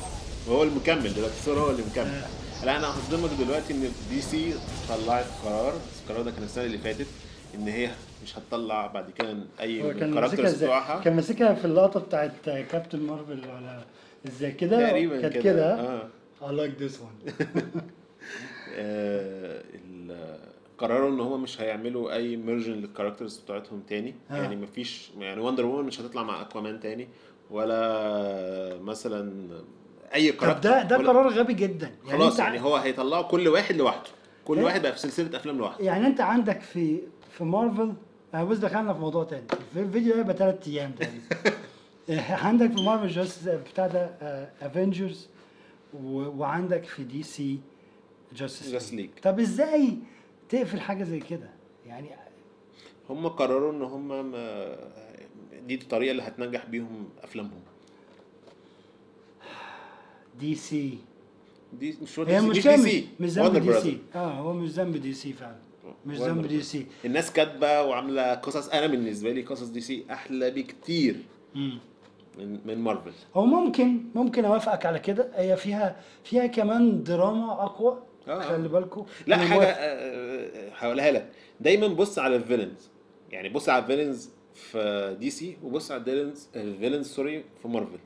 Speaker 4: هو المكمل دلوقتي الصورة هو اللي مكمل
Speaker 3: آه.
Speaker 4: لا انا هصدمك دلوقتي ان دي سي طلعت قرار بس القرار ده كان السنه اللي فاتت ان هي مش هتطلع بعد كده اي
Speaker 3: هو
Speaker 4: من
Speaker 3: كان ماسكها
Speaker 4: الكاركترز
Speaker 3: ازاي
Speaker 4: بتوعها
Speaker 3: كان ماسكها في اللقطه بتاعت آه، كابتن مارفل ولا ازاي كده
Speaker 4: تقريبا
Speaker 3: كانت
Speaker 4: كده،
Speaker 3: كده
Speaker 4: آه.
Speaker 3: I like this one
Speaker 4: آه، ال- قرروا ان هم مش هيعملوا اي ميرجن للكاركترز بتاعتهم تاني
Speaker 3: آه.
Speaker 4: يعني مفيش يعني وندر وومن مش هتطلع مع اكوامان تاني ولا مثلا اي
Speaker 3: طب
Speaker 4: كاركتر
Speaker 3: ده ده
Speaker 4: ولا-
Speaker 3: قرار غبي جدا يعني
Speaker 4: خلاص
Speaker 3: أنت
Speaker 4: يعني
Speaker 3: ع-
Speaker 4: هو هيطلعوا كل واحد لوحده كل
Speaker 3: إيه؟
Speaker 4: واحد بقى في سلسله افلام لوحده
Speaker 3: يعني انت عندك في في مارفل آه، بص دخلنا في موضوع تاني في الفيديو ده يبقى ثلاث ايام تقريبا آه، عندك في مارفل جاست بتاع ده افنجرز وعندك في دي سي
Speaker 4: Justice
Speaker 3: جاستس
Speaker 4: League.
Speaker 3: طب ازاي تقفل حاجه زي كده يعني
Speaker 4: هم قرروا ان هم ما دي الطريقه اللي هتنجح بيهم افلامهم
Speaker 3: دي سي
Speaker 4: دي مش هو
Speaker 3: هي
Speaker 4: دي-
Speaker 3: مش ذنب-
Speaker 4: سي،
Speaker 3: مش
Speaker 4: Warner
Speaker 3: ذنب دي
Speaker 4: Brothers.
Speaker 3: سي اه هو مش ذنب دي سي فعلا مش
Speaker 4: Warner
Speaker 3: ذنب دي
Speaker 4: Brothers.
Speaker 3: سي
Speaker 4: الناس كاتبه وعامله قصص انا بالنسبه لي قصص دي سي احلى بكتير من من مارفل
Speaker 3: هو ممكن ممكن اوافقك على كده هي فيها فيها كمان دراما اقوى
Speaker 4: آه.
Speaker 3: خلي بالكم
Speaker 4: لا حاجه آه، آه، هقولها لك دايما بص على الفيلنز يعني بص على الفيلنز في دي سي وبص على الفيلنز الفيلنز سوري في مارفل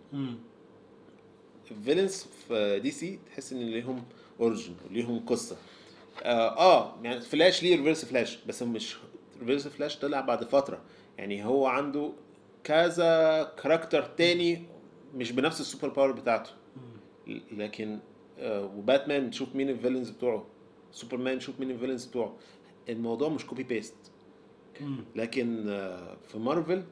Speaker 4: الفيلنز في دي سي تحس ان ليهم اوريجن ليهم قصه آه, اه يعني فلاش ليه ريفرس فلاش بس هو مش ريفرس فلاش طلع بعد فتره يعني هو عنده كذا كاركتر تاني مش بنفس السوبر باور بتاعته ل- لكن آه وباتمان تشوف مين الفيلنز بتوعه سوبرمان شوف مين الفيلنز بتوعه الموضوع مش كوبي بيست لكن آه في مارفل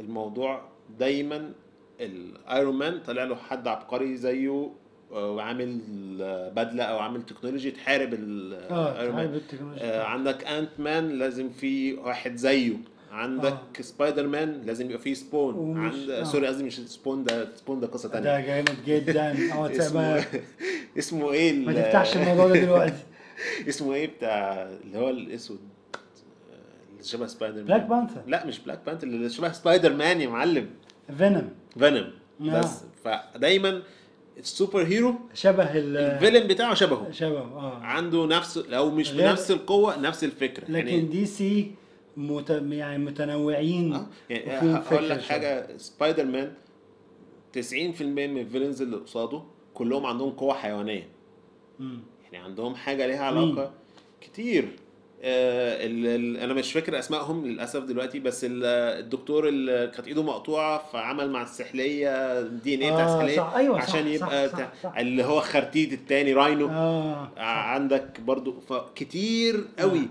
Speaker 4: الموضوع دايما الايرون مان طلع له حد عبقري زيه آه، وعامل آه، بدله او عامل تكنولوجي تحارب
Speaker 3: آه،
Speaker 4: الايرون
Speaker 3: تحارب
Speaker 4: مان
Speaker 3: التكنولوجي.
Speaker 4: آه، عندك انت مان لازم في واحد زيه عندك آه. سبايدر مان لازم يبقى فيه سبون
Speaker 3: ومش-
Speaker 4: عند...
Speaker 3: آه.
Speaker 4: آه. سوري قصدي مش سبون ده سبون ده قصه
Speaker 3: ده
Speaker 4: ثانيه
Speaker 3: جامد جدا اه
Speaker 4: اسمه
Speaker 3: تبقى-
Speaker 4: اسمه ايه ال-
Speaker 3: ما تفتحش الموضوع ده دلوقتي
Speaker 4: اسمه ايه بتاع اللي هو الاسود آه، شبه سبايدر مان
Speaker 3: بلاك بانثر
Speaker 4: لا مش بلاك بانثر اللي شبه سبايدر مان يا معلم
Speaker 3: فينوم
Speaker 4: فينوم
Speaker 3: آه.
Speaker 4: بس فدايما السوبر هيرو
Speaker 3: شبه ال
Speaker 4: الفيلن بتاعه شبهه
Speaker 3: شبه اه
Speaker 4: عنده نفس لو مش
Speaker 3: غير-
Speaker 4: بنفس القوه نفس يعني الفكره
Speaker 3: لكن دي سي مت... يعني متنوعين
Speaker 4: اه يعني
Speaker 3: وفيهم
Speaker 4: هقول
Speaker 3: فكرة
Speaker 4: لك
Speaker 3: شوية.
Speaker 4: حاجه سبايدر مان 90% من الفيلنز اللي قصاده كلهم عندهم قوه حيوانيه
Speaker 3: مم.
Speaker 4: يعني عندهم حاجه ليها
Speaker 3: مين؟
Speaker 4: علاقه كتير آه ال ال انا مش فاكر اسمائهم للاسف دلوقتي بس ال- الدكتور اللي كانت ايده مقطوعه فعمل مع السحليه الدي ان ايه بتاع
Speaker 3: آه،
Speaker 4: السحليه
Speaker 3: صح، أيوة، صح،
Speaker 4: عشان
Speaker 3: صح،
Speaker 4: يبقى
Speaker 3: صح،
Speaker 4: بتاع-
Speaker 3: صح.
Speaker 4: اللي هو خرتيت التاني راينو
Speaker 3: اه
Speaker 4: عندك برضو فكتير قوي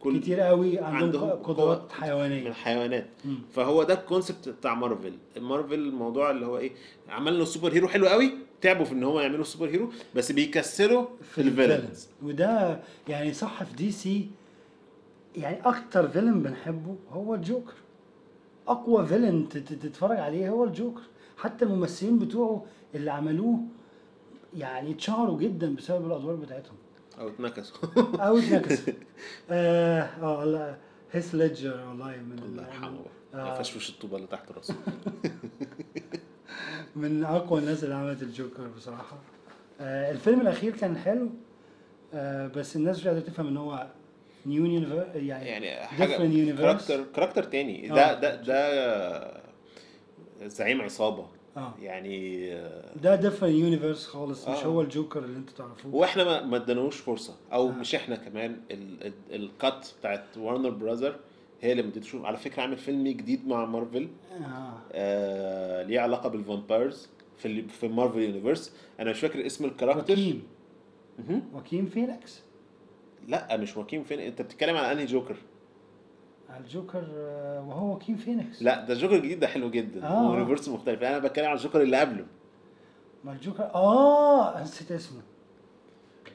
Speaker 4: كل
Speaker 3: آه. كتير قوي عندهم
Speaker 4: عندهم
Speaker 3: قدرات
Speaker 4: قوة من
Speaker 3: حيوانيه
Speaker 4: الحيوانات
Speaker 3: مم.
Speaker 4: فهو ده الكونسبت بتاع مارفل مارفل الموضوع اللي هو ايه عملنا السوبر هيرو حلو قوي تعبوا في ان هم يعملوا سوبر هيرو بس بيكسروا في الفيلنز
Speaker 3: وده يعني صح في دي سي يعني اكتر فيلن بنحبه هو الجوكر اقوى فيلن تتفرج عليه هو الجوكر حتى الممثلين بتوعه اللي عملوه يعني اتشهروا جدا بسبب الادوار بتاعتهم
Speaker 4: او اتنكسوا
Speaker 3: او اتنكسوا اه اه لا هيث ليدجر والله من
Speaker 4: الله يرحمه
Speaker 3: آه.
Speaker 4: بقى ما فشفش الطوبه اللي تحت راسه
Speaker 3: من اقوى الناس اللي عملت الجوكر بصراحه آه الفيلم الاخير كان حلو آه بس الناس مش قادره تفهم ان هو نيو يونيفر يعني
Speaker 4: يعني
Speaker 3: different
Speaker 4: حاجه
Speaker 3: universe.
Speaker 4: كاركتر كاركتر تاني
Speaker 3: آه.
Speaker 4: ده ده ده زعيم عصابه
Speaker 3: آه.
Speaker 4: يعني آه،
Speaker 3: ده ديفرنت يونيفرس خالص مش
Speaker 4: آه.
Speaker 3: هو الجوكر اللي انتوا تعرفوه
Speaker 4: واحنا ما ما ادانوش فرصه او مش احنا كمان ال- ال- القط بتاعت وارنر براذر هي اللي ما ادتش على فكره عامل فيلم جديد مع مارفل
Speaker 3: آه.
Speaker 4: آه ليه علاقه بالفامبايرز في ال- في مارفل يونيفرس انا مش فاكر اسم الكاركتر
Speaker 3: وكيم وكيم فينيكس
Speaker 4: لا مش واكيم فين انت بتتكلم على انهي جوكر
Speaker 3: الجوكر آه، وهو وكيم فينيكس
Speaker 4: لا ده جوكر جديد ده حلو جدا
Speaker 3: آه.
Speaker 4: ويونيفرس مختلف انا بتكلم على الجوكر اللي قبله
Speaker 3: ما الجوكر اه نسيت اسمه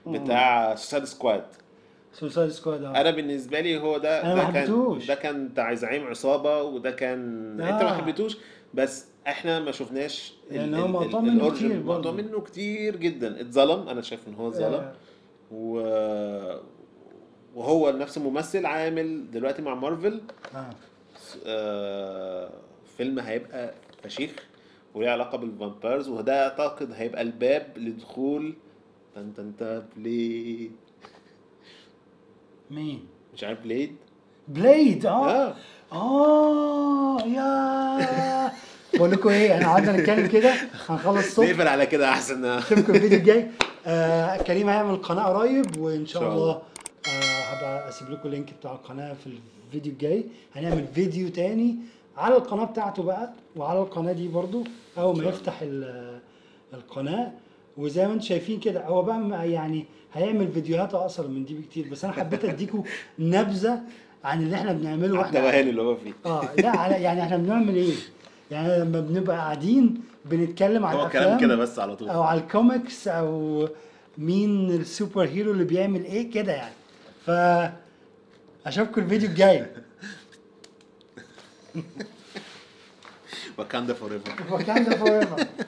Speaker 3: آه.
Speaker 4: بتاع سوسايد سكواد
Speaker 3: سوسايد سكواد
Speaker 4: انا بالنسبه لي هو ده
Speaker 3: أنا ما
Speaker 4: ده كان
Speaker 3: حبيتهوش.
Speaker 4: ده كان بتاع زعيم عصابه وده كان
Speaker 3: آه.
Speaker 4: انت ما حبيتهوش بس احنا ما شفناش ال-
Speaker 3: لأن
Speaker 4: ال-
Speaker 3: هو
Speaker 4: ال-
Speaker 3: مقطوع منه
Speaker 4: الأوريجن.
Speaker 3: كتير برضه.
Speaker 4: مقطوع منه كتير جدا اتظلم انا شايف ان هو اتظلم
Speaker 3: آه.
Speaker 4: و... وهو نفس الممثل عامل دلوقتي مع مارفل
Speaker 3: آه.
Speaker 4: آه، فيلم هيبقى فشيخ وليه علاقه بالفامبيرز وده اعتقد هيبقى الباب لدخول تن تن تن بليد
Speaker 3: مين
Speaker 4: مش عارف بليد
Speaker 3: بليد اه
Speaker 4: اه
Speaker 3: اه يا بقول لكم ايه احنا قعدنا نتكلم كده هنخلص الصبح
Speaker 4: نقفل على كده احسن
Speaker 3: اشوفكم الفيديو الجاي آه كريم هيعمل قناه قريب وان شاء
Speaker 4: إن شاء الله.
Speaker 3: الله آه هبقى اسيب لكم اللينك بتاع القناه في الفيديو الجاي هنعمل فيديو تاني على القناه بتاعته بقى وعلى القناه دي برضو اول ما يفتح ال- القناه وزي ما انتم شايفين كده هو بقى ما- يعني هيعمل فيديوهات اقصر من دي بكتير بس انا حبيت اديكم نبذه عن اللي احنا بنعمله واحنا
Speaker 4: التوهان اللي هو فيه
Speaker 3: اه لا على- يعني احنا بنعمل ايه؟ يعني لما بنبقى قاعدين بنتكلم عن
Speaker 4: هو
Speaker 3: الافلام
Speaker 4: كلام كده بس على طول
Speaker 3: او على الكوميكس او مين السوبر هيرو اللي بيعمل ايه كده يعني ف اشوفكم الفيديو الجاي
Speaker 4: وكان ده فور ايفر
Speaker 3: وكان ده فور ايفر